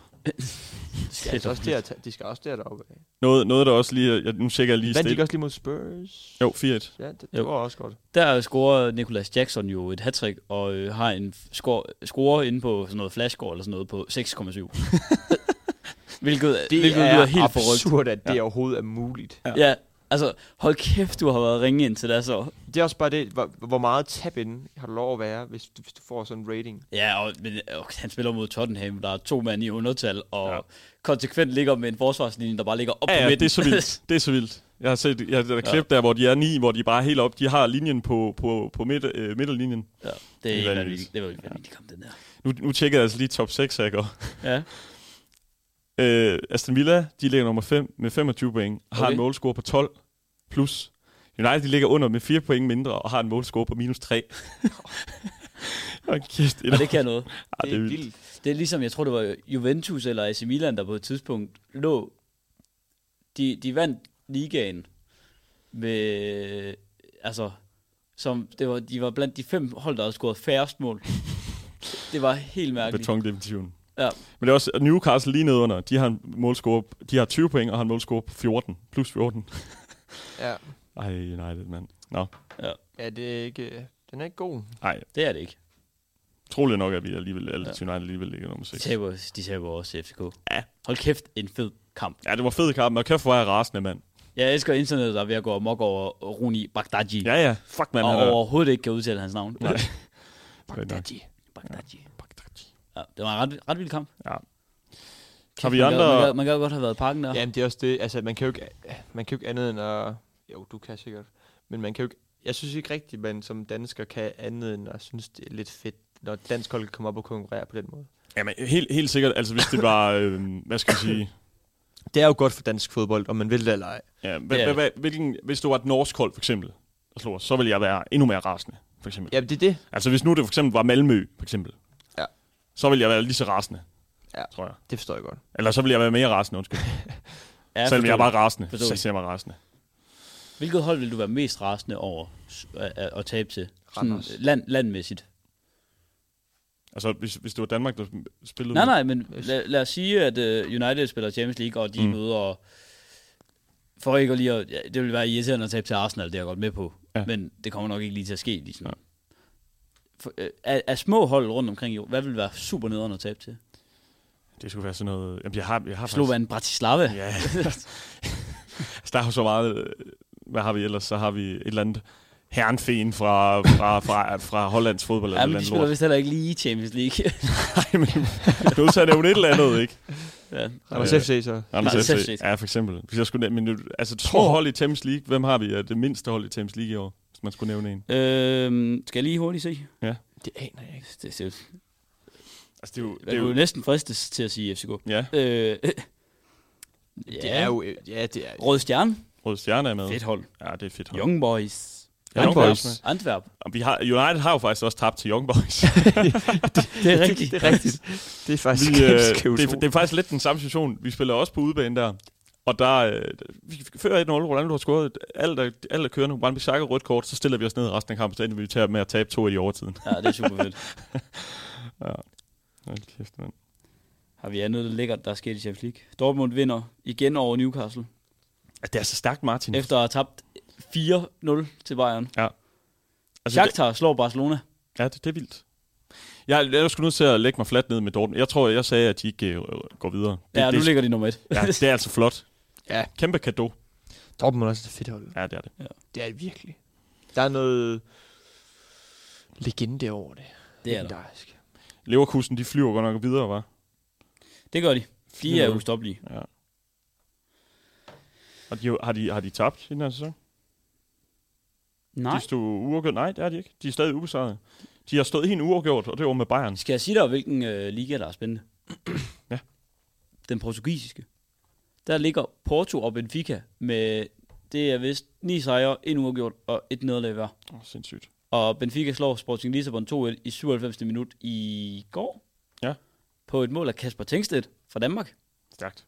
Speaker 4: Ja, altså også der, ta- de skal også der deroppe. af.
Speaker 3: Noget, noget der også lige... øh, Jeg, nu tjekker jeg lige
Speaker 4: Vandt de ikke
Speaker 3: stille.
Speaker 4: også lige mod Spurs?
Speaker 3: Jo, 4-1.
Speaker 4: Ja, det,
Speaker 2: Jo.
Speaker 4: det var også godt.
Speaker 2: Der scorer Nicolas Jackson jo et hattrick og øh, har en f- score, score inde på sådan noget flashscore eller sådan noget på 6,7. hvilket det hvilket lyder helt forrygt.
Speaker 4: absurd, at det ja. overhovedet er muligt.
Speaker 2: Ja. ja, altså hold kæft, du har været ringe ind til det, så.
Speaker 4: Det er også bare det, hvor, hvor meget tab inden har du lov at være, hvis du, hvis du får sådan en rating.
Speaker 2: Ja, og, men og han spiller mod Tottenham, der er to mand i undertal, og ja. konsekvent ligger med en forsvarslinje, der bare ligger op
Speaker 3: Ja,
Speaker 2: på
Speaker 3: ja, det
Speaker 2: midten.
Speaker 3: er så vildt. Det er så vildt. Jeg har set jeg, der er klip der, hvor de er ni, hvor de bare er helt op. De har linjen på, på, på midt, øh, midterlinjen.
Speaker 2: ja, det er
Speaker 3: Det
Speaker 2: helt
Speaker 3: er
Speaker 2: vanvittigt.
Speaker 3: vanvittigt.
Speaker 2: Det var helt vanvittigt, de kom den der.
Speaker 3: Nu, nu tjekker jeg altså lige top 6 her, ikke?
Speaker 2: Ja.
Speaker 3: Øh, Aston Villa, de ligger nummer 5 med 25 point, og har
Speaker 2: Okay.
Speaker 3: en målscore på 12 plus. United, de ligger under med 4 point mindre, og har en målscore på minus 3. og kæft,
Speaker 2: Og det kan noget.
Speaker 3: ah, det er vildt.
Speaker 2: Det er ligesom, jeg tror det var Juventus eller AC Milan, der på et tidspunkt lå... De, de vandt ligaen med... Altså, som det var, de var blandt de fem hold, der havde scoret færrest mål. det var helt mærkeligt.
Speaker 3: Betongdefinitionen.
Speaker 2: Ja.
Speaker 3: Men det er også og Newcastle lige nede under. De har en målscore, de har 20 point og har en målscore på 14, plus 14.
Speaker 4: Ja.
Speaker 3: Ej, United, mand. Nå,
Speaker 4: ja, det er ikke... øh, Den er ikke god.
Speaker 3: nej.
Speaker 2: Det er det ikke.
Speaker 3: Troligt nok, at vi alligevel, alle
Speaker 2: Ja.
Speaker 3: United alligevel ligger nummer
Speaker 2: De
Speaker 3: 6.
Speaker 2: taber, de taber også til FCK.
Speaker 3: Ja.
Speaker 2: Hold kæft, en fed kamp.
Speaker 3: Ja, det var fed kamp, og kæft, hvor er jeg rasende, mand.
Speaker 2: Jeg elsker internettet, der er ved at gå amok over Rooney Bagdaji.
Speaker 3: Ja, ja. Fuck, mand.
Speaker 2: og
Speaker 3: han er-
Speaker 2: overhovedet ikke kan udtale hans navn.
Speaker 3: Nej.
Speaker 2: Bagdaji. Bagdaji. Ja, det var en ret, ret vild kamp.
Speaker 3: Ja.
Speaker 2: Kæft,
Speaker 3: Har vi
Speaker 2: man Kan, man,
Speaker 3: andre-
Speaker 2: kan, man kan jo godt have været i parken der.
Speaker 4: Ja. Jamen, det er også det. Altså, man kan jo ikke, man kan jo ikke andet end at... Jo, du kan sikkert. Men man kan jo ikke... Jeg synes ikke rigtigt, man som dansker kan andet end at synes, det er lidt fedt, når et dansk hold kan komme op og konkurrere på den måde.
Speaker 3: Jamen, helt, helt sikkert. Altså, hvis det var, øh, hvad skal jeg sige...
Speaker 4: Det er jo godt for dansk fodbold, om man vil det eller ej.
Speaker 3: Ja, hva,
Speaker 2: Det er
Speaker 3: hva, hva, hvilken, hvis det var et norsk hold, for eksempel, der slog os, så ville jeg være endnu mere rasende, for eksempel. Ja.
Speaker 4: Jamen, det er det.
Speaker 3: Altså, hvis nu det for eksempel var Malmø, for eksempel,
Speaker 4: Ja.
Speaker 3: så ville jeg være lige så rasende,
Speaker 4: Ja.
Speaker 3: tror jeg.
Speaker 4: Det forstår jeg godt.
Speaker 3: Eller så ville jeg være mere rasende, undskyld.
Speaker 2: Ja,
Speaker 3: Ja, Selvom jeg
Speaker 2: forståeligt.
Speaker 3: var rasende, så
Speaker 2: Forståeligt.
Speaker 3: ser jeg mig rasende.
Speaker 2: Hvilket hold vil du være mest rasende over s- at- at at tabe til? Sådan,
Speaker 4: Randers.
Speaker 2: land, landmæssigt.
Speaker 3: Altså, hvis, hvis det var Danmark, der spillede...
Speaker 2: Nej, nej, men lad, lad os sige, at uh, United spiller Champions League, og de mm.
Speaker 3: Mm.
Speaker 2: møder... For ikke at lige at, ja, det vil være irriterende at tabe til Arsenal, det er jeg godt med på. Ja.
Speaker 3: Ja.
Speaker 2: Men det kommer nok ikke lige til at ske. Ligesom. Ja.
Speaker 3: Ja.
Speaker 2: For, øh, er, er, små hold rundt omkring, i- hvad vil være super nederen at tabe til?
Speaker 3: Det skulle være sådan noget... Jamen, jeg har, jeg har faktisk...
Speaker 2: Slovan Bratislava?
Speaker 3: Ja. altså, der er jo så meget... øh, Hvad har vi ellers? Så har vi et eller andet herrenfen fra, fra, fra, fra Hollands fodbold. eller et
Speaker 2: Ja, men de
Speaker 3: eller andet
Speaker 2: spiller
Speaker 3: lort.
Speaker 2: vist heller ikke lige i Champions League.
Speaker 3: Nej, men du er nødt til at nævne et eller andet, ikke?
Speaker 2: ja.
Speaker 4: Randers
Speaker 3: Øh,
Speaker 4: FC så.
Speaker 2: Randers
Speaker 3: Randers
Speaker 2: FC.
Speaker 3: FC. Ja, for eksempel. Hvis jeg skulle nævne, men nu- altså, to hold i Champions League. Hvem har vi af det mindste hold i Champions League i år? Hvis man skulle nævne en.
Speaker 2: øhm, skal jeg lige hurtigt se?
Speaker 4: Det aner jeg ikke.
Speaker 2: Det, det,
Speaker 3: Altså, det er jo...
Speaker 2: det er jo næsten fristes til at sige FCK.
Speaker 3: ja,
Speaker 2: Øh,
Speaker 4: Ja. Det er jo... øh, Ja, det er...
Speaker 2: Rød Stjerne.
Speaker 3: Røde Stjerne er med.
Speaker 2: Fedt hold.
Speaker 3: Ja, det er et fedt hold.
Speaker 2: Young Boys.
Speaker 3: Ja,
Speaker 4: Young
Speaker 3: Boys.
Speaker 4: Boys.
Speaker 2: Antwerp.
Speaker 3: Og vi har, United har jo faktisk også tabt til Young Boys.
Speaker 2: Det er rigtigt.
Speaker 4: Det er rigtigt. Det er faktisk
Speaker 3: vi, øh,
Speaker 4: ganske
Speaker 3: det, er-
Speaker 4: utroligt.
Speaker 3: det er faktisk lidt den samme situation. Vi spiller også på udebane der. Og der, øh, vi fører 1-0, Rolando har scoret et- alt er, alt er kørende. Brandby Sakker rødt kort, så stiller vi os ned i resten af kampen, så ender vi til at- med at tabe to i overtiden.
Speaker 2: Ja, det er super fedt.
Speaker 3: Hold kæft, mand.
Speaker 2: Har vi andet lækkert, der er sket i Champions League? Dortmund vinder igen over Newcastle,
Speaker 3: Ja, Det er så stærkt, Martin.
Speaker 2: efter at have tabt 4-0 til Bayern.
Speaker 3: Altså, det-
Speaker 2: Shakhtar slår Barcelona.
Speaker 3: Ja, det, det er vildt. Jeg, jeg skulle nødt til at lægge mig fladt ned med Dortmund. Jeg tror, jeg sagde, at de ikke øh, går videre. Det,
Speaker 2: Ja,
Speaker 3: det,
Speaker 2: nu ligger de nummer et.
Speaker 3: ja, det er altså flot.
Speaker 4: Ja.
Speaker 3: Kæmpe gave.
Speaker 4: Dortmund er også et fedt hold.
Speaker 3: Ja, det er det.
Speaker 4: Det er det virkelig. Der er noget legende over det.
Speaker 2: Det er der.
Speaker 4: Legendarisk.
Speaker 3: Leverkusen, de flyver godt nok videre, var.
Speaker 2: Det gør de. De er ustoppelige.
Speaker 3: Ja. Og de, har, de, har de tabt i den her sæson?
Speaker 2: Nej.
Speaker 3: De stod uafgjort. Nej, det er de ikke. De er stadig ubesejrede. De har stået helt uafgjort, og det var med Bayern.
Speaker 2: Skal jeg sige dig, hvilken øh, liga, der er spændende?
Speaker 3: Ja.
Speaker 2: Den portugisiske. Der ligger Porto og Benfica med, det er vist, ni sejre, en uafgjort og et nederlag hver.
Speaker 3: Åh, oh, sindssygt.
Speaker 2: Og Benfica slår Sporting Lissabon 2-1 i 97. minut i går.
Speaker 3: Ja.
Speaker 2: På et mål af Kasper Tengstedt fra Danmark.
Speaker 3: Stærkt.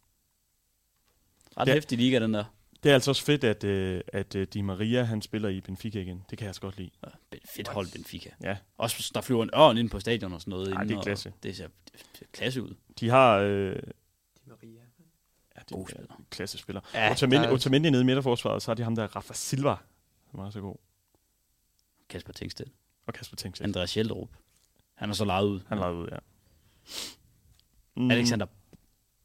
Speaker 2: Ret
Speaker 3: Ja.
Speaker 2: hæftig liga, den der.
Speaker 3: Det er altså også fedt, at, øh, at øh, Di Maria, han spiller i Benfica igen. Det kan jeg altså godt lide.
Speaker 2: Ja, ben- Fedt hold, Benfica.
Speaker 3: Ja.
Speaker 2: Også der flyver en ørn ind på stadion og sådan noget.
Speaker 3: Ej, det er
Speaker 2: inden, og-
Speaker 3: klasse.
Speaker 2: Det ser, det ser klasse ud.
Speaker 3: De har, øh,
Speaker 4: Ria.
Speaker 3: Oh, Ja, det er
Speaker 2: God
Speaker 3: en
Speaker 2: spiller.
Speaker 3: klasse spiller.
Speaker 4: Ja,
Speaker 3: Ja,
Speaker 4: der
Speaker 3: Otamendi,
Speaker 4: er-
Speaker 3: Otamendi nede i midterforsvaret, så har de ham der, Rafa Silva, som er så god.
Speaker 2: Kasper Tengsted.
Speaker 3: Og Kasper Tengsted.
Speaker 2: Andreas Hjeldrup. Han er så lejet ud.
Speaker 3: Han legede ud, ja. Mm.
Speaker 2: Alexander,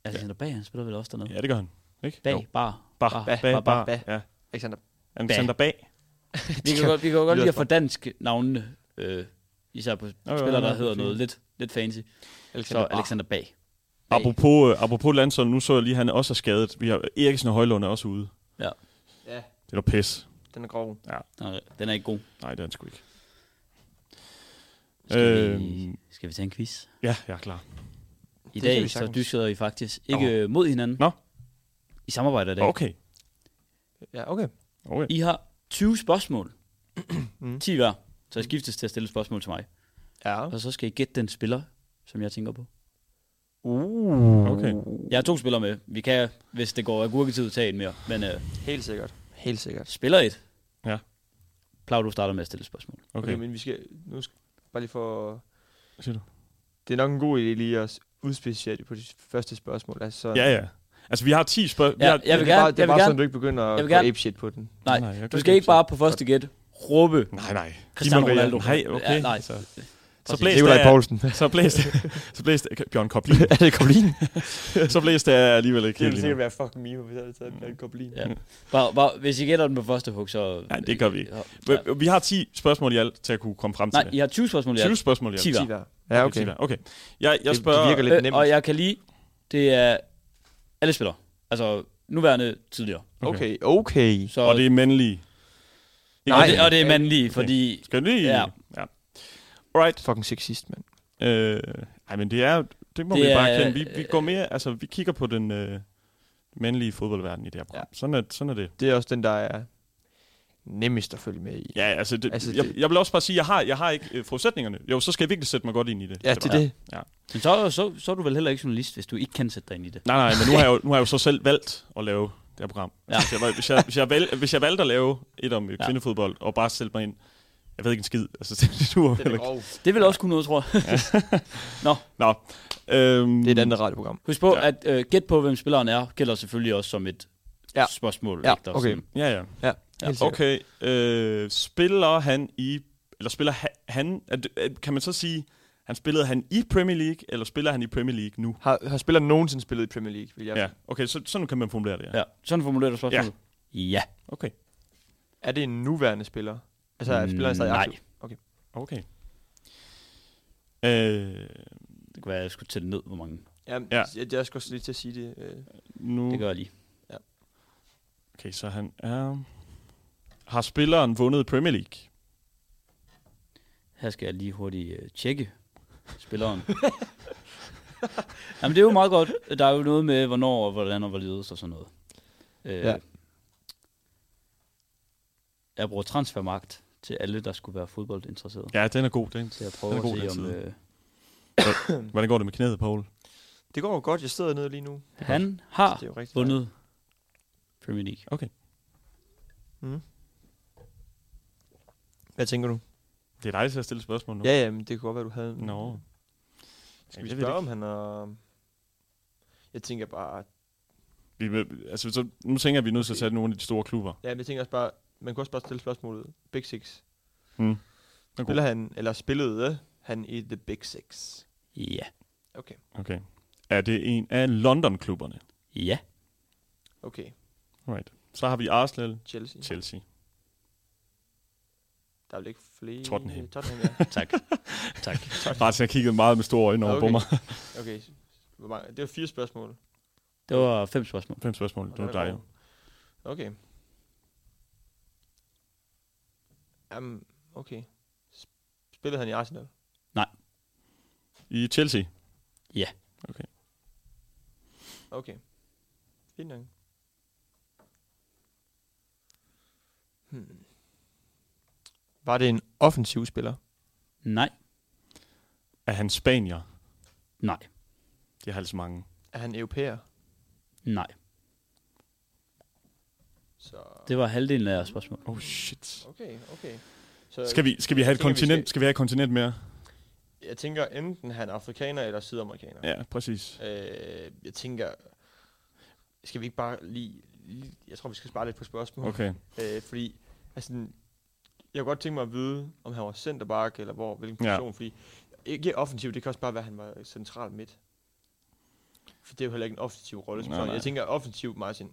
Speaker 2: Alexander Bag, han spiller vel også dernede?
Speaker 3: Ja, det gør han. Ikke?
Speaker 2: Bag,
Speaker 3: Jo.
Speaker 2: bar.
Speaker 3: Bag,
Speaker 2: Bar.
Speaker 3: bag,
Speaker 4: Bag,
Speaker 3: bag, bag,
Speaker 4: bag.
Speaker 3: Ja.
Speaker 4: Alexander.
Speaker 3: Alexander Bag.
Speaker 2: Vi kan, godt, vi kan godt lide at
Speaker 4: lyder
Speaker 2: få dansk navnene, øh, især på
Speaker 3: jo,
Speaker 2: spillere,
Speaker 3: jo,
Speaker 2: der
Speaker 3: jo,
Speaker 2: hedder
Speaker 3: fint.
Speaker 2: noget lidt, lidt fancy.
Speaker 4: Alexander.
Speaker 2: Så
Speaker 4: Bach.
Speaker 2: Alexander Bag. Bag.
Speaker 3: Apropos, øh, apropos Landsson, nu så jeg lige, at han også er skadet. Vi har, Eriksen og Højlund er også ude.
Speaker 4: Ja,
Speaker 3: Det er da pis.
Speaker 4: den er grov.
Speaker 2: Nå, Den er ikke god.
Speaker 3: Nej, det er han sgu ikke.
Speaker 2: Skal,
Speaker 3: Øhm.
Speaker 2: vi, skal vi tage en quiz?
Speaker 3: Ja, jeg er klar.
Speaker 2: I
Speaker 4: Det kan vi
Speaker 2: dag så
Speaker 4: sagtens.
Speaker 2: dyskede vi faktisk ikke oh. mod hinanden.
Speaker 3: Nå.
Speaker 2: I samarbejder i dag.
Speaker 3: Okay.
Speaker 4: Ja, okay.
Speaker 3: okay.
Speaker 2: I har 20 spørgsmål.
Speaker 4: Mm.
Speaker 2: 10 hver. Så I skiftes til at stille spørgsmål til mig.
Speaker 4: Ja.
Speaker 2: Og så skal I gætte den spiller, som jeg tænker på.
Speaker 4: Uh.
Speaker 3: Okay.
Speaker 2: Jeg har to spillere med. Vi kan, hvis det går agurketid, tage en mere. Men øh,
Speaker 4: Helt sikkert. Helt sikkert.
Speaker 2: spiller et.
Speaker 3: Ja.
Speaker 2: Plejer du starter med at stille spørgsmål.
Speaker 4: Okay,
Speaker 3: okay.
Speaker 4: men vi skal nu skal, bare lige for...
Speaker 3: Siger du?
Speaker 4: Det er nok en god idé lige at udspeciere det på de første spørgsmål. Altså, sådan-
Speaker 3: Ja, ja. Altså, vi har 10 spørgsmål.
Speaker 2: Ja, jeg
Speaker 4: Men
Speaker 2: vil
Speaker 4: det er
Speaker 2: gerne.
Speaker 4: bare, det er
Speaker 2: jeg vil
Speaker 4: bare sådan,
Speaker 2: gerne.
Speaker 4: du ikke begynder at
Speaker 2: Jeg vil
Speaker 4: gå
Speaker 2: gerne.
Speaker 4: apeshit på den.
Speaker 2: Nej,
Speaker 3: Nej, jeg
Speaker 2: du
Speaker 3: kan
Speaker 2: skal
Speaker 3: ikke
Speaker 2: ikke bare på første gæt råbe
Speaker 3: Nej, nej.
Speaker 2: Cristiano
Speaker 3: Di Maria.
Speaker 2: Ronaldo.
Speaker 3: Nej, okay.
Speaker 2: Ja, nej.
Speaker 3: Så, så
Speaker 2: Præcis.
Speaker 3: blæs
Speaker 4: Nikolaj
Speaker 3: der.
Speaker 4: Poulsen.
Speaker 3: Så blæs det. Så blæs det. Bjørn Koblin.
Speaker 4: er det koblin?
Speaker 3: Så blæs det er alligevel ikke
Speaker 4: det
Speaker 3: helt
Speaker 4: ville
Speaker 3: lige
Speaker 4: sikkert
Speaker 3: nu.
Speaker 4: være fucking meme, hvis jeg havde taget en koblin.
Speaker 2: Ja. Bare, bare, hvis I gætter den på første hug, så...
Speaker 3: Nej, det gør vi ikke.
Speaker 2: Ja.
Speaker 3: Vi- Vi har 10 spørgsmål i alt til at kunne komme frem til
Speaker 2: Nej, I har 20 spørgsmål.
Speaker 3: det.
Speaker 2: Ja.
Speaker 3: 20 spørgsmål i alt.
Speaker 2: 10 hver.
Speaker 4: Ja, okay.
Speaker 3: 10 hver. Okay. Jeg, jeg
Speaker 4: Det-
Speaker 3: spørger...
Speaker 4: Det virker lidt
Speaker 2: Øh,
Speaker 4: nemt.
Speaker 2: og jeg kan lige... Det er alle spillere. Altså nuværende tidligere.
Speaker 4: Okay, okay.
Speaker 2: Så,
Speaker 3: Og det er mandlige.
Speaker 2: nej, og
Speaker 4: Nej.
Speaker 2: det, og det er mandlige, fordi...
Speaker 3: Skal lige...
Speaker 2: Ja.
Speaker 3: ja. Alright.
Speaker 4: Fucking sexist, mand.
Speaker 3: Øh, ej, men det er... Det må
Speaker 2: Det
Speaker 3: det vi bare
Speaker 2: er-
Speaker 3: kende. Vi, vi går mere... Altså, vi kigger på den øh, mandlige fodboldverden i det her program. Ja. Sådan, er, sådan er det.
Speaker 4: Det er også den, der er nemmest at følge med i.
Speaker 3: Ja, altså, det,
Speaker 4: Altså,
Speaker 3: altså jeg,
Speaker 4: det-
Speaker 3: jeg vil også bare sige, jeg har, jeg har ikke øh, forudsætningerne. Jo, så skal jeg virkelig sætte mig godt ind i det.
Speaker 4: Ja,
Speaker 3: det
Speaker 4: til
Speaker 3: var-
Speaker 4: det.
Speaker 2: Men så, så, så er du vel heller ikke journalist, hvis du ikke kan sætte dig ind i det.
Speaker 3: Nej, nej, men nu har, jeg jo, nu har jeg jo så selv valgt at lave det her program.
Speaker 2: Ja.
Speaker 3: Ja. Hvis, jeg, var- hvis, jeg, hvis, jeg valg, hvis jeg valgte at lave et om øh, kvindefodbold, og bare sætte mig ind, jeg ved ikke en skid, altså det duer
Speaker 4: Den
Speaker 3: vel
Speaker 4: er
Speaker 3: ikke.
Speaker 4: grov.
Speaker 2: Det vil også kunne noget, tror jeg.
Speaker 3: Nå, øhm,
Speaker 4: Det er et andet radioprogram.
Speaker 2: Husk på, ja.
Speaker 3: Ja.
Speaker 2: at øh, gæt på, hvem spilleren er, gælder selvfølgelig også som et
Speaker 4: Ja.
Speaker 2: ja. spørgsmål.
Speaker 4: Ja,
Speaker 2: ikke? Der er
Speaker 4: okay.
Speaker 2: sådan-
Speaker 3: Ja, ja.
Speaker 4: Ja,
Speaker 2: Ja,
Speaker 4: helt sikkert.
Speaker 3: Okay, øh, spiller han i, eller spiller ha, han, er det- er- kan man så sige, han spillede han i Premier League, eller spiller han i Premier League nu?
Speaker 4: Har, har spilleren nogensinde spillet i Premier League, vil jeg
Speaker 3: Ja, okay, så, sådan kan man formulere det, ja.
Speaker 2: ja. Sådan formulerer du spørgsmålet. Ja. ja.
Speaker 3: Okay,
Speaker 4: Er det en nuværende spiller? Altså, er spilleren stadig
Speaker 3: Mm,
Speaker 2: Nej,
Speaker 4: aktiv?
Speaker 3: okay. Øh,
Speaker 2: det kunne være, at jeg skulle tælle ned, hvor mange.
Speaker 4: Ja,
Speaker 3: Ja.
Speaker 4: Jeg, jeg skulle også lige til at sige det. øh.
Speaker 3: nu...
Speaker 2: Det gør jeg lige.
Speaker 3: Okay, så han er... Har spilleren vundet Premier League?
Speaker 2: Her skal jeg lige hurtigt øh, tjekke spilleren. Jamen, det er jo meget godt. Der er jo noget med, hvornår og hvordan og hvorledes og sådan noget. Øh,
Speaker 4: Ja.
Speaker 2: ja. Jeg bruger transfermagt til alle, der skulle være fodboldinteresserede. Ja.
Speaker 3: Ja, den er god. Den.
Speaker 2: Så jeg prøver
Speaker 3: Den
Speaker 2: at
Speaker 3: er god, den
Speaker 2: se, om
Speaker 3: side.
Speaker 2: øh,
Speaker 3: Hvordan går det med knæet, Paul?
Speaker 4: Det går jo godt, jeg sidder nede lige nu.
Speaker 2: han har
Speaker 4: det er jo rigtig
Speaker 2: vundet Premier League.
Speaker 4: Hvad tænker du?
Speaker 3: Det er dig til at stille spørgsmål nu.
Speaker 4: Ja, ja, men det kunne godt være, du havde...
Speaker 3: Nå.
Speaker 4: Skal
Speaker 3: Jamen,
Speaker 4: vi
Speaker 3: jeg ved
Speaker 4: spørge, om han er... Jeg tænker bare...
Speaker 3: Vi, vil- altså, så, nu tænker jeg, at vi er nødt til at tage nogle af de store klubber.
Speaker 4: Ja, men jeg tænker også bare... Man kunne også bare stille spørgsmålet. Big Six.
Speaker 3: Mm. er god.
Speaker 4: Spiller han, eller spillede han i The Big Six?
Speaker 2: Ja.
Speaker 4: Okay,
Speaker 3: Okay. Er det en af London-klubberne?
Speaker 2: Ja.
Speaker 4: okay.
Speaker 3: Right. Så har vi Arsenal,
Speaker 4: Chelsea.
Speaker 3: Chelsea.
Speaker 4: Der er vel ikke flere...
Speaker 3: Tottenham.
Speaker 4: Tottenham, ja.
Speaker 2: Tak. tak.
Speaker 3: Martin har kigget meget med store øjne over okay. på
Speaker 4: Okay.
Speaker 3: mig.
Speaker 4: Okay, s- hvor mange? Det var fire spørgsmål.
Speaker 2: Det var fem spørgsmål.
Speaker 3: Fem spørgsmål. Det var dig. jo.
Speaker 4: Okay. Jamen, okay. Sp- Spillede han i Arsenal?
Speaker 3: I Chelsea?
Speaker 4: Okay. Fint nok. Hmm. Var det en offensiv spiller?
Speaker 2: Nej.
Speaker 3: Er han spanier?
Speaker 2: Nej.
Speaker 3: Det har altså mange.
Speaker 4: Er han europæer?
Speaker 2: Nej.
Speaker 4: Så...
Speaker 2: Det var halvdelen af spørgsmålet.
Speaker 3: Oh, shit.
Speaker 4: Okay, okay. Så
Speaker 3: Skal vi, skal vi have et
Speaker 4: Jeg tænker, vi
Speaker 3: kontinent?
Speaker 4: skal-
Speaker 3: Skal vi have et kontinent mere?
Speaker 4: Jeg tænker, enten han er afrikaner eller sydamerikaner.
Speaker 3: Ja, præcis.
Speaker 4: Øh, jeg tænker, skal vi ikke bare lige... lige jeg tror, vi skal spare lidt på spørgsmål.
Speaker 3: Okay.
Speaker 4: Øh, fordi, altså, den- jeg kunne godt tænke mig at vide, om han var centerback, eller hvor, hvilken
Speaker 3: Ja.
Speaker 4: position, ja. fordi ikke offensiv, det kan også bare være, at han var central midt. For det er jo heller ikke en offensiv rolle. som
Speaker 3: Nej,
Speaker 4: sådan.
Speaker 3: nej.
Speaker 4: Jeg tænker, offensiv, Martin,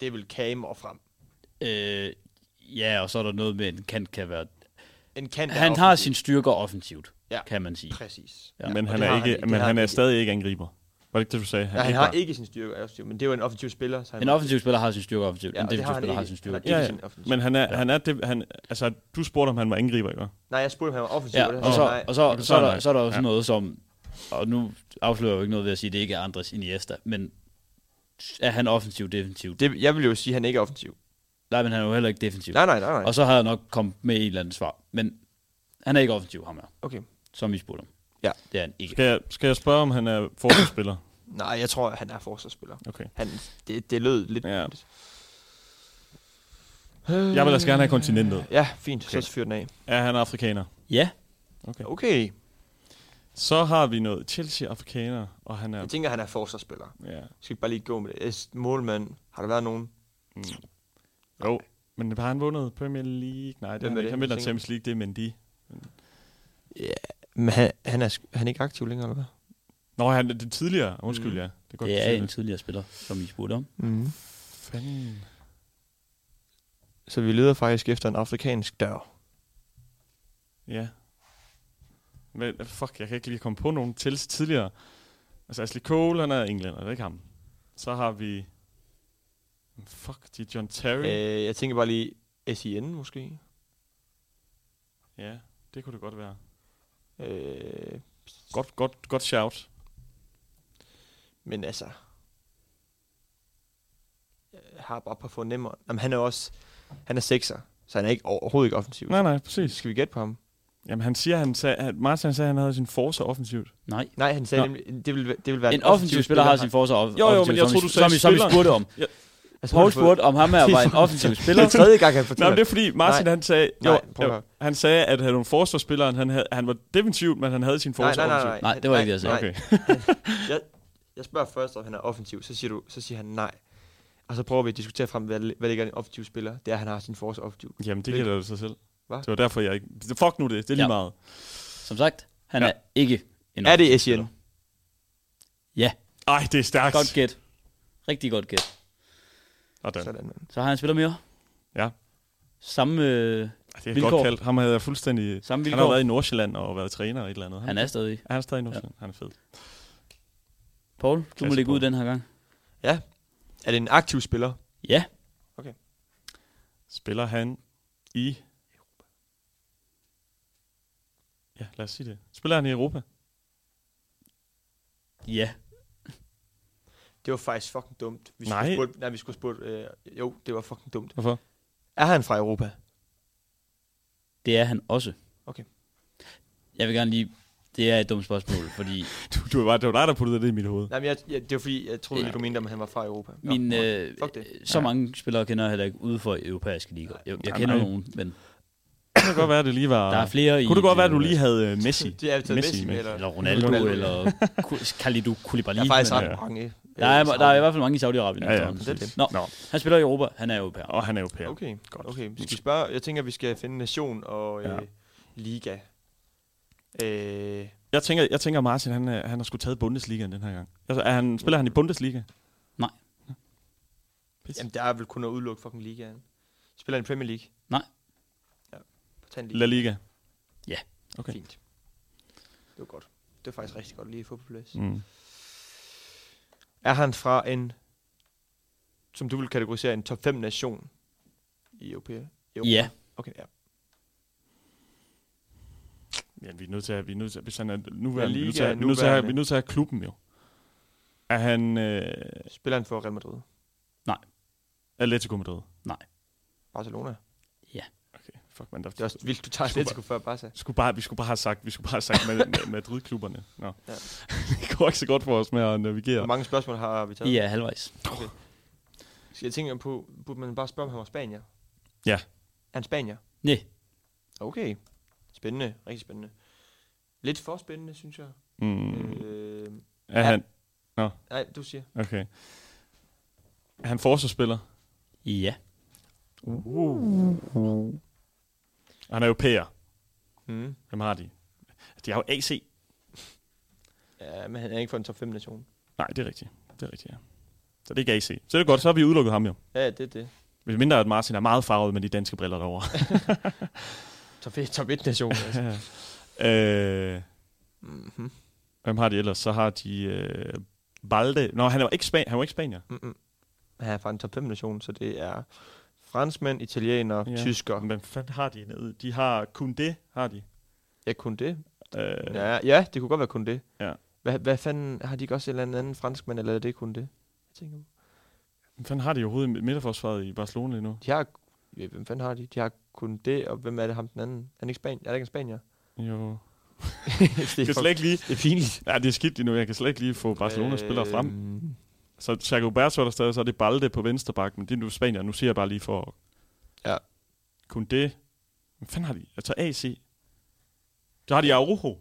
Speaker 4: det er vel cam og frem.
Speaker 2: Øh, ja, og så er der noget med, at en kant kan være...
Speaker 4: En kant er
Speaker 2: Han har
Speaker 4: offensiv.
Speaker 2: sine styrker offensivt,
Speaker 4: Ja.
Speaker 2: ja. kan man sige.
Speaker 4: Præcis.
Speaker 2: Ja,
Speaker 3: men
Speaker 4: og
Speaker 3: han
Speaker 4: det
Speaker 3: er,
Speaker 4: har
Speaker 3: ikke,
Speaker 4: han-
Speaker 3: men
Speaker 4: det har
Speaker 3: han
Speaker 4: han
Speaker 3: er
Speaker 4: ikke.
Speaker 3: stadig ikke angriber. Var det ikke det, du sagde?
Speaker 4: Han, han
Speaker 3: ikke
Speaker 4: har
Speaker 3: var-
Speaker 4: ikke sin styrke af offensiv, men det er jo en offensiv spiller. Så han
Speaker 2: En offensiv spiller har sin styrker offensivt, ja, en
Speaker 4: og det
Speaker 2: defensiv spiller har
Speaker 4: ikke.
Speaker 2: sin
Speaker 4: Han
Speaker 2: styrker.
Speaker 4: har ikke
Speaker 3: Ja, ja.
Speaker 4: sin offensiv.
Speaker 3: Men han er, han er det, han, altså, du spurgte, om han var angriber, ikke?
Speaker 4: Nej, jeg spurgte, om han var offensiv.
Speaker 2: Ja,
Speaker 4: det
Speaker 2: og
Speaker 4: sagde
Speaker 2: så,
Speaker 4: han nej.
Speaker 2: og så,
Speaker 3: Jamen,
Speaker 2: så, er
Speaker 3: sådan er
Speaker 2: der,
Speaker 3: det.
Speaker 2: så er der også
Speaker 3: Ja.
Speaker 2: noget som, og nu afslører jeg jo ikke noget ved at sige, at det ikke er Andres Iniesta, men er han offensiv defensivt?
Speaker 4: det, jeg vil jo sige, at han ikke er offensiv.
Speaker 2: Nej, men han er jo heller ikke defensiv.
Speaker 4: Nej, nej, nej, nej.
Speaker 2: Og så har jeg nok kommet med et eller andet svar, men han er ikke offensiv, ham her,
Speaker 4: Okay.
Speaker 2: som I spurgte om.
Speaker 4: Ja.
Speaker 2: Det er han ikke.
Speaker 3: Skal jeg, skal jeg spørge, om han er forsvarsspiller?
Speaker 4: Nej, jeg tror, han er forsvarsspiller.
Speaker 3: Okay.
Speaker 4: Han, det, det lød lidt...
Speaker 3: Ja.
Speaker 4: Øh,
Speaker 3: Jeg vil altså gerne have kontinentet.
Speaker 4: Ja, fint. Okay.
Speaker 3: Okay.
Speaker 4: Så fyr den af.
Speaker 3: Er han afrikaner?
Speaker 2: Ja,
Speaker 4: Okay.
Speaker 3: Så har vi noget Chelsea-afrikaner, og han er...
Speaker 4: Jeg tænker, han er forsvarsspiller.
Speaker 3: Ja.
Speaker 4: Jeg skal ikke bare lige gå med det. S- Målmand. Har der været nogen?
Speaker 3: Jo. Men har han vundet Premier League? Nej, det
Speaker 4: Hvem
Speaker 3: er
Speaker 4: er
Speaker 3: han ikke.
Speaker 4: det?
Speaker 3: Han vinder
Speaker 4: Tænker-
Speaker 3: Champions League, det er Mendy.
Speaker 4: Men han, han, er, sk- han er ikke aktiv længere, eller hvad?
Speaker 3: Nå, han er det tidligere. Undskyld,
Speaker 4: Mm.
Speaker 3: ja. Det er godt,
Speaker 2: det
Speaker 3: du
Speaker 2: er
Speaker 3: siger
Speaker 2: en tidligere spiller, som I spurgte om.
Speaker 4: Mm.
Speaker 3: Fanden.
Speaker 4: Så vi leder faktisk efter en afrikansk dør.
Speaker 3: Ja. Men fuck, jeg kan ikke lige komme på nogen til tidligere. Altså Ashley Cole, han er englænder, det er ikke ham. Så har vi... Fuck, de er John Terry. Øh.
Speaker 4: Øh, jeg tænker bare lige SIN måske.
Speaker 3: Ja, det kunne det godt være.
Speaker 4: Øh,
Speaker 3: Godt, godt, godt shout.
Speaker 4: men altså... Jeg har bare på fornemmer. Jamen, han er også... Han er sekser, så han er ikke overhovedet ikke offensiv.
Speaker 3: Nej, nej, præcis.
Speaker 4: Skal vi gætte på ham?
Speaker 3: Jamen han siger, han sag, at Martin han sagde, at han havde sin force offensivt.
Speaker 2: Nej.
Speaker 4: Nej, han
Speaker 3: Nå.
Speaker 4: sagde nemlig, det ville, det ville være
Speaker 2: En offensiv spiller har sin forsvar
Speaker 3: Jo, jo, men jeg
Speaker 2: som,
Speaker 3: tror,
Speaker 2: I-
Speaker 3: du sagde
Speaker 2: som, I- som I
Speaker 3: spiller.
Speaker 2: spurgte om.
Speaker 4: Altså,
Speaker 2: Paul spurgte, om ham her var en offensiv
Speaker 4: Det
Speaker 2: spiller.
Speaker 4: er tredje gang, han fortæller
Speaker 3: Nej, men det er fordi, Martin
Speaker 4: Nej.
Speaker 3: han sagde,
Speaker 4: Nej,
Speaker 3: jo,
Speaker 4: prøv at
Speaker 3: jo,
Speaker 4: høre.
Speaker 3: han sagde, at han var forsvarsspilleren, han, havde, han var defensiv, men han havde sin
Speaker 4: nej,
Speaker 3: forsvar
Speaker 4: nej, nej, nej.
Speaker 3: offensivt.
Speaker 2: Nej, det var ikke det, jeg sagde.
Speaker 4: nej.
Speaker 3: Okay.
Speaker 4: Jeg, jeg spørger først, om han er offensiv, så siger, du, så siger han nej. Og så prøver vi at diskutere frem, hvad, hvad ligger i en offensiv spiller. Det er, at han har sin force offensiv.
Speaker 3: Jamen, det
Speaker 4: Det-
Speaker 3: gælder jo sig selv.
Speaker 4: Hva?
Speaker 3: Det var derfor, jeg ikke... Fuck nu det, det er lige
Speaker 2: Ja.
Speaker 3: meget.
Speaker 2: Som sagt, han
Speaker 3: Ja.
Speaker 2: er ikke en
Speaker 4: Er det
Speaker 2: offensiv
Speaker 4: SN?
Speaker 2: spiller. Ja,
Speaker 3: Ej, det er stærkt.
Speaker 2: godt gæt. Rigtig godt gæt.
Speaker 3: Sådan.
Speaker 4: Sådan, mand.
Speaker 2: Så har han spiller mere.
Speaker 3: Ja.
Speaker 2: Samme, øh,
Speaker 3: Det er
Speaker 2: Vilkår.
Speaker 3: godt kaldt. Ham havde jeg fuldstændig...
Speaker 2: samme
Speaker 3: Han
Speaker 2: vilkår.
Speaker 3: har jo været i Nordsjælland og været træner og et eller andet.
Speaker 2: han er stadig.
Speaker 3: er han stadig i Nordsjælland. Ja. Han er fed.
Speaker 2: Paul, du må
Speaker 3: Klasse
Speaker 2: lægge ud
Speaker 3: Paul.
Speaker 2: den her gang.
Speaker 4: Er det en aktiv spiller?
Speaker 2: Ja,
Speaker 3: Spiller han i... Ja, lad os sige det. Spiller han i Europa?
Speaker 2: ja.
Speaker 4: Det var faktisk fucking dumt. Vi
Speaker 3: Nej.
Speaker 4: Skulle spurgt, nej, vi skulle spurgt, øh, jo, det var fucking dumt.
Speaker 3: Hvorfor?
Speaker 4: Er han fra Europa?
Speaker 2: Det er han også.
Speaker 4: Okay.
Speaker 2: Jeg vil gerne lige... Det er et dumt spørgsmål, fordi
Speaker 3: Du, du var, det var dig, der puttede det i mit hoved.
Speaker 4: Nej, men jeg, jeg, det var fordi, jeg troede,
Speaker 2: Ja.
Speaker 4: ja. du mente, om han var fra Europa. Nå,
Speaker 2: min,
Speaker 4: nej.
Speaker 2: øh,
Speaker 4: fuck det.
Speaker 2: så mange spillere kender jeg heller ikke ude for europæiske ligaer. Jeg, jeg
Speaker 3: Nej,
Speaker 2: kender
Speaker 3: nej.
Speaker 2: nogen, men
Speaker 3: Det kunne godt være, at det lige var...
Speaker 2: der er flere i...
Speaker 3: Kunne det godt være, at du lige havde øh, Messi?
Speaker 4: det er taget
Speaker 3: Messi,
Speaker 4: Messi, Messi med,
Speaker 3: Messi.
Speaker 4: eller?
Speaker 2: Eller Ronaldo,
Speaker 4: Ronaldo, ja.
Speaker 2: eller Ku- Khalidou Koulibaly.
Speaker 4: Der er faktisk
Speaker 2: men,
Speaker 4: ret
Speaker 3: ja.
Speaker 4: mange. øh,
Speaker 2: der, er, der er i
Speaker 4: savner.
Speaker 2: hvert fald mange i Saudi-Arabien.
Speaker 3: Ja, ja.
Speaker 2: efterhånden.
Speaker 4: Det er det.
Speaker 2: Nå,
Speaker 3: Nå,
Speaker 2: han spiller i Europa, han er europæer.
Speaker 3: og han er europæer. Okay.
Speaker 4: Okay,
Speaker 3: Godt.
Speaker 4: godt. Okay, skal vi spørge? Jeg tænker, vi skal finde nation og øh,
Speaker 3: Ja.
Speaker 4: ja. liga. Øh,
Speaker 3: Jeg tænker, jeg tænker Martin, han, er- han har sgu taget Bundesligaen den her gang. Altså, er han, spiller han i Bundesliga?
Speaker 4: jamen, der er vel kun at udelukke fucking ligaen. Spiller han i Premier League?
Speaker 2: Nej.
Speaker 4: Ja, tag en liga.
Speaker 3: La Liga? okay.
Speaker 4: Fint. Det var godt. Det var faktisk rigtig godt lige at få på plads. Mm.
Speaker 3: Mm.
Speaker 4: Er han fra en, som du vil kategorisere en top 5 nation i Europa? Europa?
Speaker 2: Ja,
Speaker 4: Okay, ja.
Speaker 3: Ja, vi er nødt til at, vi er nødt til at, hvis han er nuværende, vi er nødt til
Speaker 4: Liga
Speaker 3: at, vi er
Speaker 4: er
Speaker 3: nødt til at, have-
Speaker 4: nuværende.
Speaker 3: vi er nødt til at have klubben jo. Er han øh,
Speaker 4: Spiller han for Real Madrid?
Speaker 3: Atletico Madrid?
Speaker 4: Barcelona?
Speaker 3: Okay, fuck man, der,
Speaker 4: Det er også vildt, du tager
Speaker 3: Super.
Speaker 4: Atletico før Barca.
Speaker 3: skulle bare, vi skulle bare have sagt, vi skulle bare have sagt med, med Madrid-klubberne. Nå. Ja.
Speaker 4: Ja.
Speaker 3: det går ikke så godt for os med at navigere.
Speaker 4: Hvor mange spørgsmål har vi taget?
Speaker 2: I er halvvejs.
Speaker 4: Så jeg tænker på, burde man bare spørge, om han var spanier?
Speaker 3: Ja.
Speaker 4: Er han spanier?
Speaker 2: Nej.
Speaker 4: Okay. Spændende. Rigtig spændende. Lidt for spændende, synes jeg.
Speaker 3: Mm.
Speaker 4: Øh,
Speaker 3: Er
Speaker 4: ja.
Speaker 3: han, Nå.
Speaker 4: Nej, du siger.
Speaker 3: Okay. Er han forsvarsspiller?
Speaker 2: Ja.
Speaker 3: Og han er europæer.
Speaker 4: Mm.
Speaker 3: Hvem har de? De har jo AC.
Speaker 4: Ja, men han er ikke for en top 5 nation.
Speaker 3: Nej, det er rigtigt. Det er rigtigt, ja. Så det er ikke AC. Så er det godt, så har vi udelukket ham jo.
Speaker 4: Ja, det er det.
Speaker 3: Hvis mindre, at Martin er meget farvet med de danske briller derovre.
Speaker 4: Top 1, top 1 nation. Altså.
Speaker 3: øh,
Speaker 4: mm-hmm.
Speaker 3: hvem har de ellers? Så har de øh, Balde. Nå, han var ikke, span han var ikke spanier.
Speaker 4: Mm-mm. mhm. Han er fra en top 5 nation, så det er franskmænd, italienere,
Speaker 3: Ja.
Speaker 4: ja. tysker.
Speaker 3: Hvem fanden har de nede? De har Kunde, har de.
Speaker 4: Ja, kun det.
Speaker 3: Øh,
Speaker 4: Ja, ja, det kunne godt være kun det.
Speaker 3: Ja.
Speaker 4: Hvad, hvad fanden, har de ikke også en eller anden, anden franskmand, eller er det kun det? Jeg tænker,
Speaker 3: Hvem fanden har de overhovedet i midterforsvaret i Barcelona lige nu?
Speaker 4: de har, ja, hvem fanden har de? De har kun det, og hvem er det ham den anden? Er han ikke Spanien? Er det ikke en spanier?
Speaker 3: Jo.
Speaker 4: det
Speaker 3: Jeg kan slet ikke lige...
Speaker 4: det er Øh, pinligt.
Speaker 3: Ja, det er skidt lige nu. Jeg kan slet ikke lige få Barcelona-spillere frem.
Speaker 4: Mm.
Speaker 3: Så Thiago Berto er der stadig, så er det Balde på venstre bak, men det er nu Spanier, nu siger jeg bare lige for...
Speaker 4: Ja.
Speaker 3: Kun det... Hvad fanden har de? Jeg tager AC. Der har de Araujo.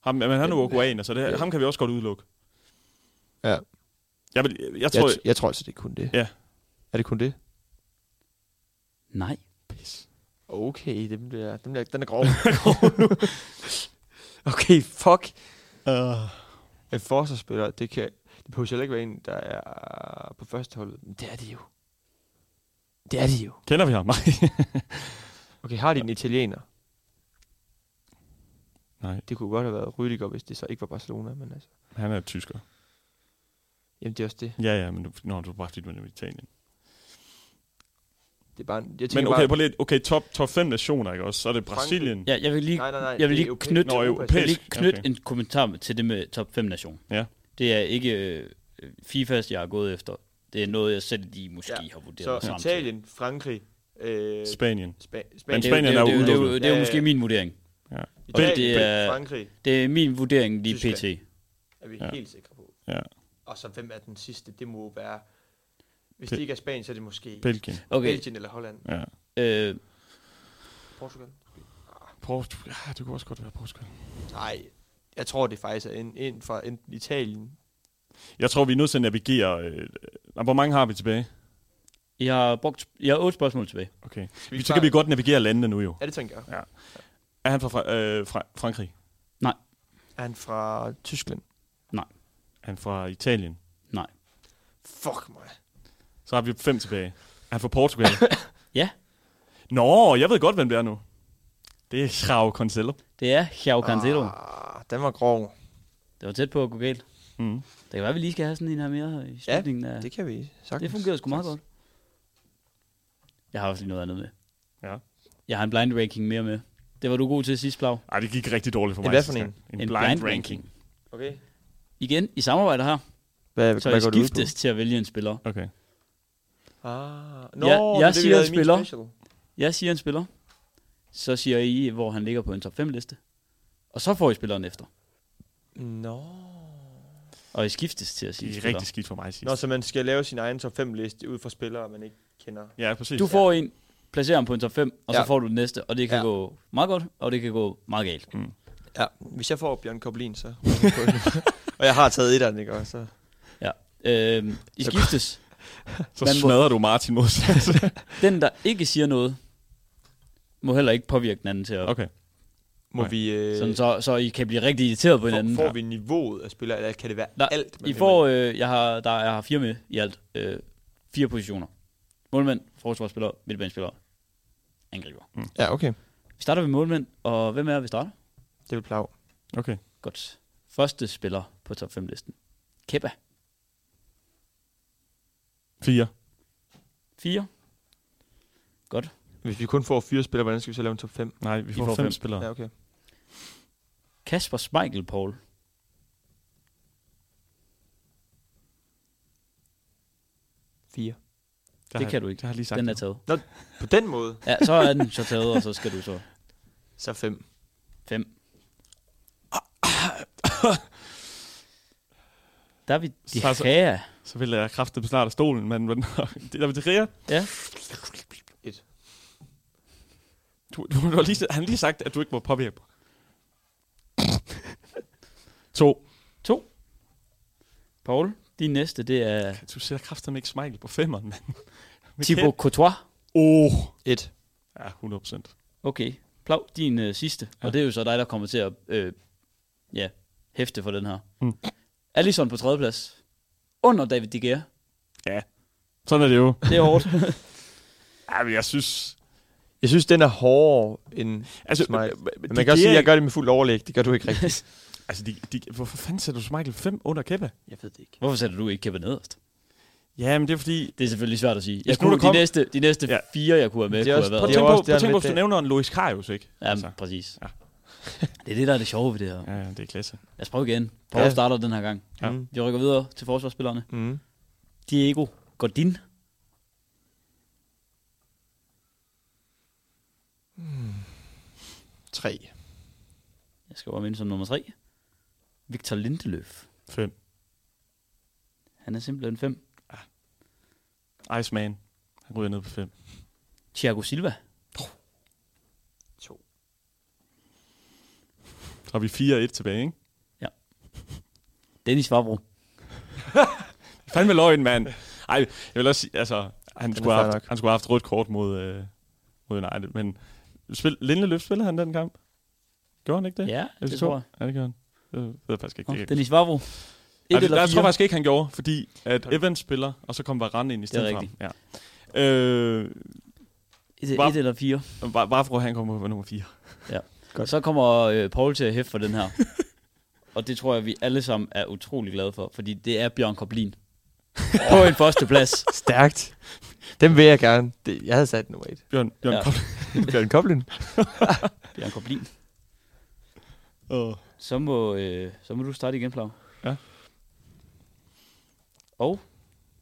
Speaker 3: Ham, men han er jo uruguayaner, så det,
Speaker 4: Ja.
Speaker 3: ham kan vi også godt udelukke.
Speaker 4: Ja.
Speaker 3: Jeg, vil, jeg, jeg
Speaker 4: Jeg,
Speaker 3: tror...
Speaker 4: t- jeg tror altså, det er kun det.
Speaker 3: Ja.
Speaker 4: Er det kun det?
Speaker 2: Nej.
Speaker 3: Pis.
Speaker 4: Okay, den, bliver, den, bliver, den er grov. okay, fuck.
Speaker 3: Uh,
Speaker 4: En forsvarsspiller, det kan... Det behøver heller ikke være en, der er på første hold. Men det er det jo. Det er det jo.
Speaker 3: kender vi ham? Nej.
Speaker 4: Okay, har de en italiener?
Speaker 3: Nej,
Speaker 4: Det kunne godt have været Rydiger, hvis det så ikke var Barcelona, men altså...
Speaker 3: han er tysker.
Speaker 4: Jamen, det er også det.
Speaker 3: Ja, ja, men nu, nå, du er bare fordi, du er i Italien.
Speaker 4: Det er bare... en- Jeg tænker
Speaker 3: Men okay,
Speaker 4: bare,
Speaker 3: på lidt, okay top, top 5 nationer, ikke også? Så er det Brasilien.
Speaker 2: Ja, jeg vil lige,
Speaker 4: Nej, nej, nej.
Speaker 2: jeg vil
Speaker 4: det er
Speaker 2: lige
Speaker 4: europæ-
Speaker 2: knytte-
Speaker 3: Nå,
Speaker 4: europæisk.
Speaker 2: jeg vil lige
Speaker 3: Europæisk,
Speaker 2: knytte
Speaker 3: okay.
Speaker 2: okay. en kommentar til det med top 5 nation.
Speaker 3: Ja.
Speaker 2: Det er ikke øh, FIFAs, jeg har gået efter. Det er noget, jeg selv lige måske
Speaker 4: Ja.
Speaker 2: har
Speaker 4: Så
Speaker 2: vurderet mig frem til.
Speaker 4: Italien, Frankrig, øh,
Speaker 3: Spanien.
Speaker 4: Spa-
Speaker 3: Men
Speaker 2: Det
Speaker 4: Spanien,
Speaker 2: er jo-
Speaker 3: Spanien
Speaker 2: det er jo-
Speaker 3: er
Speaker 2: det er jo- det er jo-
Speaker 3: udelukket.
Speaker 2: Det er jo
Speaker 4: Ja,
Speaker 2: måske
Speaker 4: ja.
Speaker 2: min vurdering.
Speaker 4: Italien,
Speaker 2: det er-
Speaker 4: Frankrig,
Speaker 2: Det er min vurdering lige pt.
Speaker 4: Tyskland. er vi
Speaker 3: Ja.
Speaker 4: ja. helt sikre på.
Speaker 3: Ja.
Speaker 4: Og så hvem er den sidste? Det må være... Hvis
Speaker 3: Bel-
Speaker 4: det ikke er Spanien, så er det måske
Speaker 3: Belgien.
Speaker 2: Okay,
Speaker 4: Belgien eller Holland.
Speaker 3: Ja.
Speaker 2: øh,
Speaker 4: Portugal?
Speaker 3: Portugal. Ja, det kunne også godt være Portugal.
Speaker 4: Nej, jeg tror det faktisk er ind, ind fra enten Italien.
Speaker 3: Jeg tror, vi er nødt til at navigere... Øh, øh, hvor mange har vi tilbage?
Speaker 2: jeg har brugt jeg har otte spørgsmål tilbage.
Speaker 3: Okay.
Speaker 4: Skal
Speaker 3: Vi,
Speaker 4: ikke
Speaker 3: så kan vi
Speaker 4: bare-
Speaker 3: godt navigere landene nu jo.
Speaker 4: Ja, det tænker jeg.
Speaker 3: Er han fra, Fra- øh, fra Frankrig?
Speaker 4: Er han fra Tyskland?
Speaker 3: Er han fra Italien?
Speaker 2: Nej.
Speaker 4: Fuck mig.
Speaker 3: Så har vi fem tilbage. Er han fra Portugal?
Speaker 2: Ja.
Speaker 3: Nå, jeg ved godt, hvem det er nu. Det er Raul Cancelo.
Speaker 2: Det er Jao Cancelo.
Speaker 4: Ah, den var grov.
Speaker 2: Det var tæt på at gå galt.
Speaker 3: Mm.
Speaker 2: Det kan være, at vi lige skal have sådan en her mere i
Speaker 4: Ja,
Speaker 2: slutningen af...
Speaker 4: Det kan vi
Speaker 2: det
Speaker 4: sagtens.
Speaker 2: fungerede sgu meget godt. Jeg har også lige noget andet med.
Speaker 3: Ja.
Speaker 2: Jeg har en blind ranking mere med. Det var du god til sidst, Plav.
Speaker 3: Ej, det gik rigtig dårligt for
Speaker 4: En
Speaker 3: mig.
Speaker 4: hvad
Speaker 3: sidste
Speaker 4: for en?
Speaker 3: gang. En, blind, ranking.
Speaker 4: Okay.
Speaker 2: Igen, i samarbejde her,
Speaker 4: Hvad,
Speaker 2: så jeg skiftes til at vælge en spiller.
Speaker 3: Okay.
Speaker 4: Ah,
Speaker 2: nå, Ja, det er jeg det, vi siger lavede en i min spiller.
Speaker 4: Special.
Speaker 2: Jeg siger en spiller, så siger I, hvor han ligger på en top 5 liste. Og så får I spilleren efter.
Speaker 4: Nå.
Speaker 2: Og I skiftes til at sige
Speaker 3: Det
Speaker 2: en
Speaker 3: er
Speaker 2: spiller.
Speaker 3: rigtig skidt for mig sidst.
Speaker 4: Nå, så man skal lave sin egen top 5 liste ud fra spillere, man ikke kender.
Speaker 3: Ja, præcis.
Speaker 2: Du får en, placerer ham på en top 5, og ja.
Speaker 4: Ja.
Speaker 2: så får du den næste. Og det kan ja.
Speaker 4: Ja.
Speaker 2: gå meget godt, og det kan gå meget galt.
Speaker 4: Ja, hvis jeg får Bjørn Koblin, så... og jeg har taget etteren, ikke også? Så.
Speaker 2: Øhm, I
Speaker 4: Så-
Speaker 2: skiftes.
Speaker 3: så
Speaker 2: Man må-
Speaker 3: smadrer du Martin modsat.
Speaker 2: Den, der ikke siger noget, må heller ikke påvirke den anden til at... Okay.
Speaker 3: okay.
Speaker 4: Må
Speaker 3: Okay.
Speaker 4: vi... Øh,
Speaker 2: Sådan, så, så I kan blive rigtig irriteret på hinanden.
Speaker 4: får, får vi niveauet af spillere, eller kan det være
Speaker 2: Nej,
Speaker 4: alt? man
Speaker 2: I
Speaker 4: kan
Speaker 2: får, øh, jeg, har, der, jeg har fire med i alt. Øh, fire positioner. Målmand, forsvarsspiller, midtbanespiller, angriber.
Speaker 4: med? Ja, okay.
Speaker 2: Vi starter ved målmænd, og hvem er vi starter?
Speaker 4: Det vil plage.
Speaker 3: Okay.
Speaker 2: Godt. Første spiller på top 5 listen. Kepa.
Speaker 3: Fire.
Speaker 2: 4.
Speaker 4: Hvis vi kun får fire spillere, hvordan skal vi så lave en top 5?
Speaker 3: Nej, vi
Speaker 2: I
Speaker 3: får,
Speaker 2: får
Speaker 3: fem,
Speaker 2: fem.
Speaker 3: spillere.
Speaker 4: Ja, okay.
Speaker 2: Kasper Schmeichel, Paul.
Speaker 4: Fire.
Speaker 3: Der
Speaker 2: Det
Speaker 3: har-
Speaker 2: kan du ikke.
Speaker 3: Det har jeg lige sagt.
Speaker 2: Den er
Speaker 3: nu.
Speaker 2: taget.
Speaker 4: På den måde,
Speaker 2: Ja, så er den så taget, og så skal du så
Speaker 4: så fem.
Speaker 2: 5. David
Speaker 3: Så- så-
Speaker 2: Diarra.
Speaker 3: Så vil jeg kraftigt snart af stolen, men men- det der vil det
Speaker 2: Ja.
Speaker 4: Et.
Speaker 3: Du, du, du har lige, han har lige sagt, at du ikke må påvirke mig. to.
Speaker 2: To. Paul, din næste, det er
Speaker 3: Du sætter kraftedeme ikke Michael på femmeren, mand. Michael-
Speaker 2: Thibaut Courtois.
Speaker 3: Oh.
Speaker 4: Et.
Speaker 3: Ja, 100 procent.
Speaker 2: Okay, Plav, din øh, sidste. Ja. Og det er jo så dig, der kommer til at øh, ja, hæfte for den her.
Speaker 3: Mm.
Speaker 2: Allison på tredjeplads. Under David De Gea.
Speaker 3: Sådan er det jo.
Speaker 2: Det er hårdt.
Speaker 3: Ja, men jeg synes...
Speaker 4: Jeg synes, den er hårdere end...
Speaker 3: Altså,
Speaker 4: Smeichel.
Speaker 3: men- men
Speaker 4: Men
Speaker 3: de
Speaker 4: man kan
Speaker 3: giver
Speaker 4: også sige, at jeg
Speaker 3: ikke-
Speaker 4: gør det med fuld overlæg. Det gør du ikke rigtigt.
Speaker 3: Altså, de, de, hvorfor fanden sætter du Michael 5 under Kepa?
Speaker 4: Jeg ved det ikke.
Speaker 2: Hvorfor sætter du ikke Kepa nederst?
Speaker 3: Ja, men det er fordi...
Speaker 2: Det er selvfølgelig svært at sige.
Speaker 3: Hvis
Speaker 2: Jeg
Speaker 3: nu
Speaker 2: kunne,
Speaker 3: der kom-
Speaker 2: de, næste, de næste
Speaker 3: Ja.
Speaker 2: ja. fire, jeg kunne have med,
Speaker 4: Det er
Speaker 2: kunne
Speaker 4: også-
Speaker 2: have
Speaker 3: Prøv
Speaker 4: Og
Speaker 3: at
Speaker 2: været.
Speaker 4: det er
Speaker 3: tænke
Speaker 4: jo
Speaker 3: på, prøv
Speaker 4: også
Speaker 3: at tænke på,
Speaker 4: det, han lidt
Speaker 3: hvis du
Speaker 4: det.
Speaker 3: nævner en Loris Karius, ikke?
Speaker 2: Jamen,
Speaker 3: Altså,
Speaker 2: præcis.
Speaker 3: Ja.
Speaker 2: Ja. Det er det, der er det sjove ved det her.
Speaker 3: ja, ja, det er klasse.
Speaker 2: Lad os prøve igen. Paul
Speaker 4: Ja.
Speaker 2: ja. starter den her gang.
Speaker 3: Ja.
Speaker 4: Ja. Mm.
Speaker 2: Vi rykker videre til forsvarsspillerne.
Speaker 4: Mm.
Speaker 2: Diego Godin.
Speaker 4: Tre.
Speaker 2: Jeg skal bare minde som nummer tre. Victor Lindeløf.
Speaker 3: 5.
Speaker 2: Han er simpelthen fem.
Speaker 3: Iceman. Han ryger ned på 5.
Speaker 2: Thiago Silva.
Speaker 4: To.
Speaker 3: Så har vi 4 og 1 tilbage, ikke?
Speaker 2: Dennis Fabro.
Speaker 3: Fandme løgn, mand. Ej, jeg vil også sige, altså, han,
Speaker 4: er
Speaker 3: skulle have,
Speaker 4: fair
Speaker 3: haft,
Speaker 4: nok.
Speaker 3: han skulle have haft rødt kort mod, øh, mod United, men spil, Lindeløf spillede han den kamp? Gjorde han ikke det?
Speaker 2: Ja,
Speaker 3: Eller
Speaker 2: det
Speaker 3: to?
Speaker 2: tror jeg.
Speaker 3: Ja, det gjorde han. Det ved jeg faktisk ikke.
Speaker 2: Nå,
Speaker 3: Det kan-
Speaker 2: Dennis Vavro.
Speaker 3: Nej,
Speaker 2: Et
Speaker 3: det,
Speaker 2: eller
Speaker 3: der, jeg tror
Speaker 2: fire.
Speaker 3: faktisk ikke, han gjorde, fordi at Evans spiller, og så kom Varane ind i
Speaker 2: Det er
Speaker 3: stedet for ham. Ja. Øh,
Speaker 2: Et,
Speaker 3: Var-
Speaker 2: et eller fire.
Speaker 3: bare, bare for at han kommer på nummer 4.
Speaker 4: Godt.
Speaker 2: Så kommer øh, Paul til at hæfte for den her. og det tror jeg, vi alle sammen er utrolig glade for, fordi det er Bjørn Koblin. på en førsteplads.
Speaker 4: Stærkt. Den vil jeg gerne. Det, jeg havde sat nummer et.
Speaker 3: Bjørn, Bjørn ja.
Speaker 2: Ja.
Speaker 3: kom.
Speaker 4: Bjørn Koblin.
Speaker 2: Bjørn Koblin.
Speaker 3: Oh.
Speaker 2: Så må, øh, så må du starte igen, Plav.
Speaker 3: Ja.
Speaker 2: Og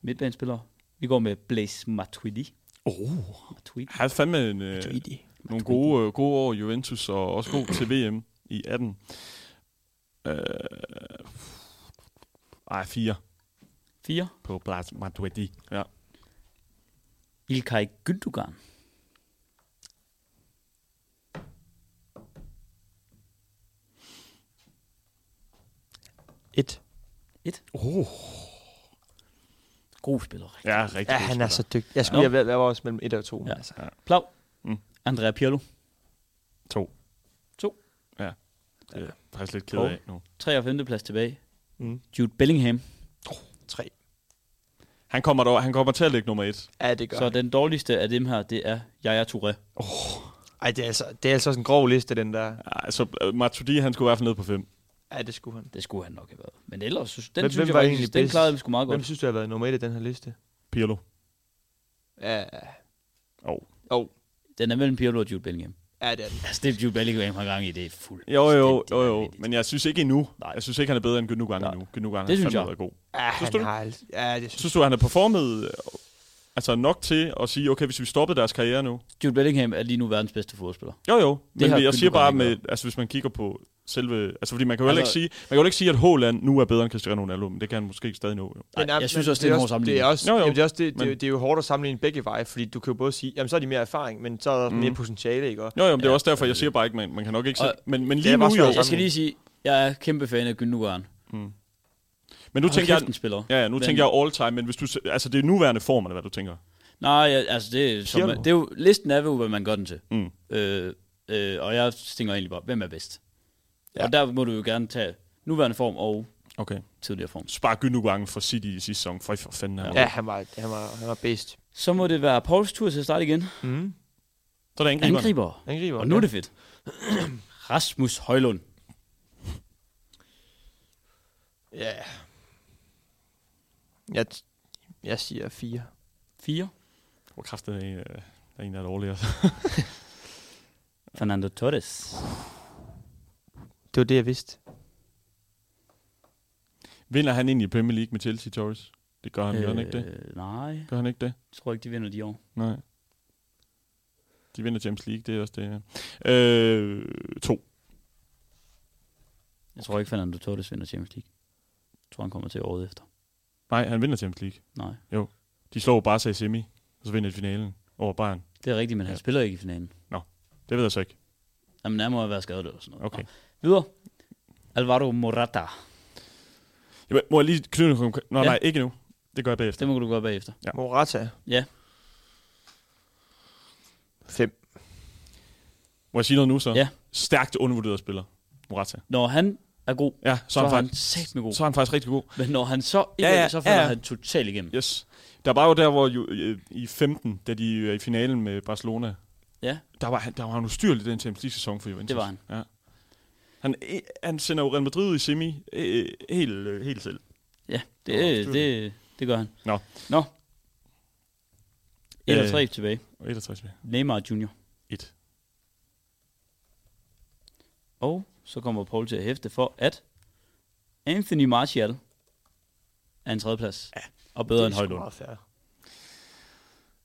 Speaker 2: midtbanespillere. Vi går med Blaise Matuidi. Oh. Matuidi.
Speaker 3: Han havde fandme en, øh, nogle gode, øh, gode år i Juventus, og også god til VM i 18. Øh, ej, 4
Speaker 2: Fire.
Speaker 3: på Blas Matuidi. Ja.
Speaker 2: Ilkay Gündogan.
Speaker 4: Et.
Speaker 3: Oh.
Speaker 2: God spiller.
Speaker 3: Ja, rigtig
Speaker 4: Ja,
Speaker 3: god
Speaker 4: han er så
Speaker 3: spiller.
Speaker 4: dygtig. Jeg, skulle,
Speaker 2: Nå.
Speaker 4: jeg, jeg, var også mellem et og to.
Speaker 2: Ja.
Speaker 4: Ja. Altså.
Speaker 2: Plav.
Speaker 3: Mm.
Speaker 2: Andrea Pirlo.
Speaker 3: To.
Speaker 2: To.
Speaker 3: Ja. Det er jeg faktisk lidt ked
Speaker 2: Paul?
Speaker 3: af nu.
Speaker 2: 3. og 5. plads tilbage.
Speaker 4: Mm.
Speaker 2: Jude Bellingham.
Speaker 4: Tre.
Speaker 3: Han kommer, dog, han kommer til at ligge nummer 1.
Speaker 4: Ja, det gør
Speaker 2: Så
Speaker 4: han.
Speaker 2: den dårligste af dem her, det er Yaya Touré.
Speaker 4: Ej, det er, altså, det er altså også en grov liste, den der.
Speaker 3: Altså, øh, Matuidi, han skulle i hvert fald ned på 5.
Speaker 4: Ja, det skulle han.
Speaker 2: Det skulle han nok have været. Men ellers, synes- den
Speaker 4: Hvem-
Speaker 2: synes
Speaker 4: hvem
Speaker 2: jeg
Speaker 4: var
Speaker 2: faktisk,
Speaker 4: egentlig
Speaker 2: den
Speaker 4: bedst?
Speaker 2: klarede vi sgu meget
Speaker 4: Hvem
Speaker 2: godt.
Speaker 4: synes du har været nummer et i den her liste?
Speaker 3: Pirlo.
Speaker 4: Ja,
Speaker 3: Oh.
Speaker 2: Den er mellem Pirlo og Jude Bellingham.
Speaker 4: ja det er den.
Speaker 2: Altså, det Jude Bellingham har gang i, det er fuld.
Speaker 3: Jo, jo, jo, jo. Men jeg synes ikke endnu.
Speaker 2: Nej.
Speaker 3: Jeg synes ikke, han er bedre end Gündogan
Speaker 2: Nej.
Speaker 3: endnu. Gündogan har
Speaker 2: Det synes
Speaker 3: fandme
Speaker 2: jeg.
Speaker 3: været god.
Speaker 4: Ja,
Speaker 3: Synes
Speaker 4: han
Speaker 3: du det?
Speaker 4: har alt. Ja, det synes
Speaker 3: Synes du, han er performet øh, altså nok til at sige, okay, hvis vi stoppede deres karriere nu?
Speaker 2: Jude Bellingham er lige nu verdens bedste fodboldspiller.
Speaker 3: Jo, jo. Men
Speaker 2: har
Speaker 3: jeg siger
Speaker 2: Gündogan
Speaker 3: bare,
Speaker 2: ikke
Speaker 3: med, altså, hvis man kigger på selve... Altså, fordi man kan jo altså,
Speaker 2: Altså-
Speaker 3: ikke sige, man kan jo ikke sige, at Haaland nu er bedre end Cristiano Ronaldo, men det kan han måske ikke stadig nå. Jo.
Speaker 2: Nej,
Speaker 4: Men, ja,
Speaker 2: jeg synes
Speaker 4: men
Speaker 2: også, det er en hård
Speaker 4: Det er,
Speaker 2: sammenligning.
Speaker 4: også,
Speaker 3: Jo,
Speaker 4: jo,
Speaker 3: jo.
Speaker 4: jo. Jamen, det, er også, det, det, er
Speaker 3: Men-
Speaker 4: jo- det, er jo hårdt at sammenligne begge veje, fordi du kan jo både sige, jamen så er de mere erfaring, men så er der
Speaker 3: Mm.
Speaker 4: mm. mere potentiale, ikke? Og,
Speaker 3: Jo, jo, men det er
Speaker 2: Ja,
Speaker 3: også derfor, jeg siger bare ikke, man, man kan nok ikke sige...
Speaker 2: Og-
Speaker 3: Men, men
Speaker 4: Det
Speaker 3: lige
Speaker 4: er
Speaker 3: nu
Speaker 4: bare
Speaker 3: jo...
Speaker 4: svært
Speaker 2: Jeg skal lige sige, jeg er kæmpe fan af Gündogan.
Speaker 3: Men
Speaker 2: Nu
Speaker 3: nu tænker jeg...
Speaker 2: spiller.
Speaker 3: Ja, ja, nu
Speaker 2: Men-
Speaker 3: tænker jeg all time, men hvis du... s- Altså, det er nuværende form, eller hvad du tænker?
Speaker 2: Nej, jeg, altså det, er som,
Speaker 3: Pirlo.
Speaker 2: det er jo, listen er jo, hvad man gør den til.
Speaker 3: Mm.
Speaker 2: Øh, øh, og jeg tænker egentlig bare, hvem er bedst?
Speaker 4: Ja.
Speaker 2: Ja. Og der må du jo gerne tage nuværende form og
Speaker 3: Okay.
Speaker 2: tidligere form.
Speaker 3: Spar Gündogan for City i sidste sæson. For, for fanden, han
Speaker 4: ja,
Speaker 3: ja.
Speaker 4: han var, han var, han var bedst.
Speaker 2: Så må det være Pauls tur til at starte igen.
Speaker 4: Mm.
Speaker 3: Så er der angriber.
Speaker 2: Angriber.
Speaker 4: Angriber.
Speaker 2: Og nu er det fedt. Rasmus Højlund.
Speaker 4: Ja. Jeg, t- jeg siger fire.
Speaker 2: 4.
Speaker 3: Hvor kraftigt er en, øh, der er en, der er altså. dårligere.
Speaker 2: Fernando Torres.
Speaker 4: Det var det, jeg vidste.
Speaker 3: Vinder han egentlig Premier League med Chelsea, Torres? Det gør han, øh, gør han ikke det?
Speaker 2: Nej,
Speaker 3: Gør han ikke det?
Speaker 2: jeg tror ikke, de vinder de år.
Speaker 3: Nej. De vinder Champions League, det er også det. ja. Øh, to.
Speaker 2: Jeg tror ikke, Fernando Torres vinder Champions League. Jeg tror, han kommer til året efter.
Speaker 3: Nej, han vinder Champions League.
Speaker 2: Nej,
Speaker 3: De slår Barca i semi, og så vinder de finalen over Bayern.
Speaker 2: det er rigtigt, men han
Speaker 3: Ja.
Speaker 2: ja. spiller ikke i finalen.
Speaker 3: Det ved jeg så ikke.
Speaker 2: Jamen, han må have været skadet eller sådan noget.
Speaker 3: Okay.
Speaker 2: Nå. Videre. Alvaro Morata.
Speaker 3: Jamen, må jeg lige knytte en konkur- Nå,
Speaker 2: Ja.
Speaker 3: ja. nej, ikke nu. Det gør jeg bagefter.
Speaker 2: Det må du gå bagefter.
Speaker 3: Ja.
Speaker 4: Morata.
Speaker 2: Ja.
Speaker 4: 5.
Speaker 3: Må jeg sige noget nu så?
Speaker 2: Ja.
Speaker 3: Stærkt undervurderet spiller, Morata.
Speaker 2: Når han er god,
Speaker 3: Ja, så,
Speaker 2: så
Speaker 3: er
Speaker 2: er
Speaker 3: han,
Speaker 2: han
Speaker 3: faktisk,
Speaker 2: sat med god.
Speaker 3: så er han faktisk rigtig god.
Speaker 2: Men når han så ikke
Speaker 3: Ja,
Speaker 2: ja,
Speaker 3: ja,
Speaker 2: ja, så falder
Speaker 3: ja, ja.
Speaker 2: han totalt igennem.
Speaker 3: Yes. Der var jo der, hvor jo, øh, i 15, da de er i finalen med Barcelona,
Speaker 2: Ja.
Speaker 3: der var, han- der var han ustyrlig den Champions League-sæson for Juventus.
Speaker 2: Det var han.
Speaker 3: Ja. Han, eh, han sender jo Real Madrid ud i semi øh, helt, øh, helt selv.
Speaker 2: Ja, det,
Speaker 3: Det var
Speaker 2: det,
Speaker 3: også
Speaker 2: det, det gør han.
Speaker 3: Nå.
Speaker 2: Nå. Et og
Speaker 3: Øh.
Speaker 2: tre tilbage.
Speaker 3: Og 61 med.
Speaker 2: Neymar Junior.
Speaker 3: 1.
Speaker 2: Og så kommer Paul til at hæfte for, at Anthony Martial er en tredjeplads. Ja, og bedre end Højlund,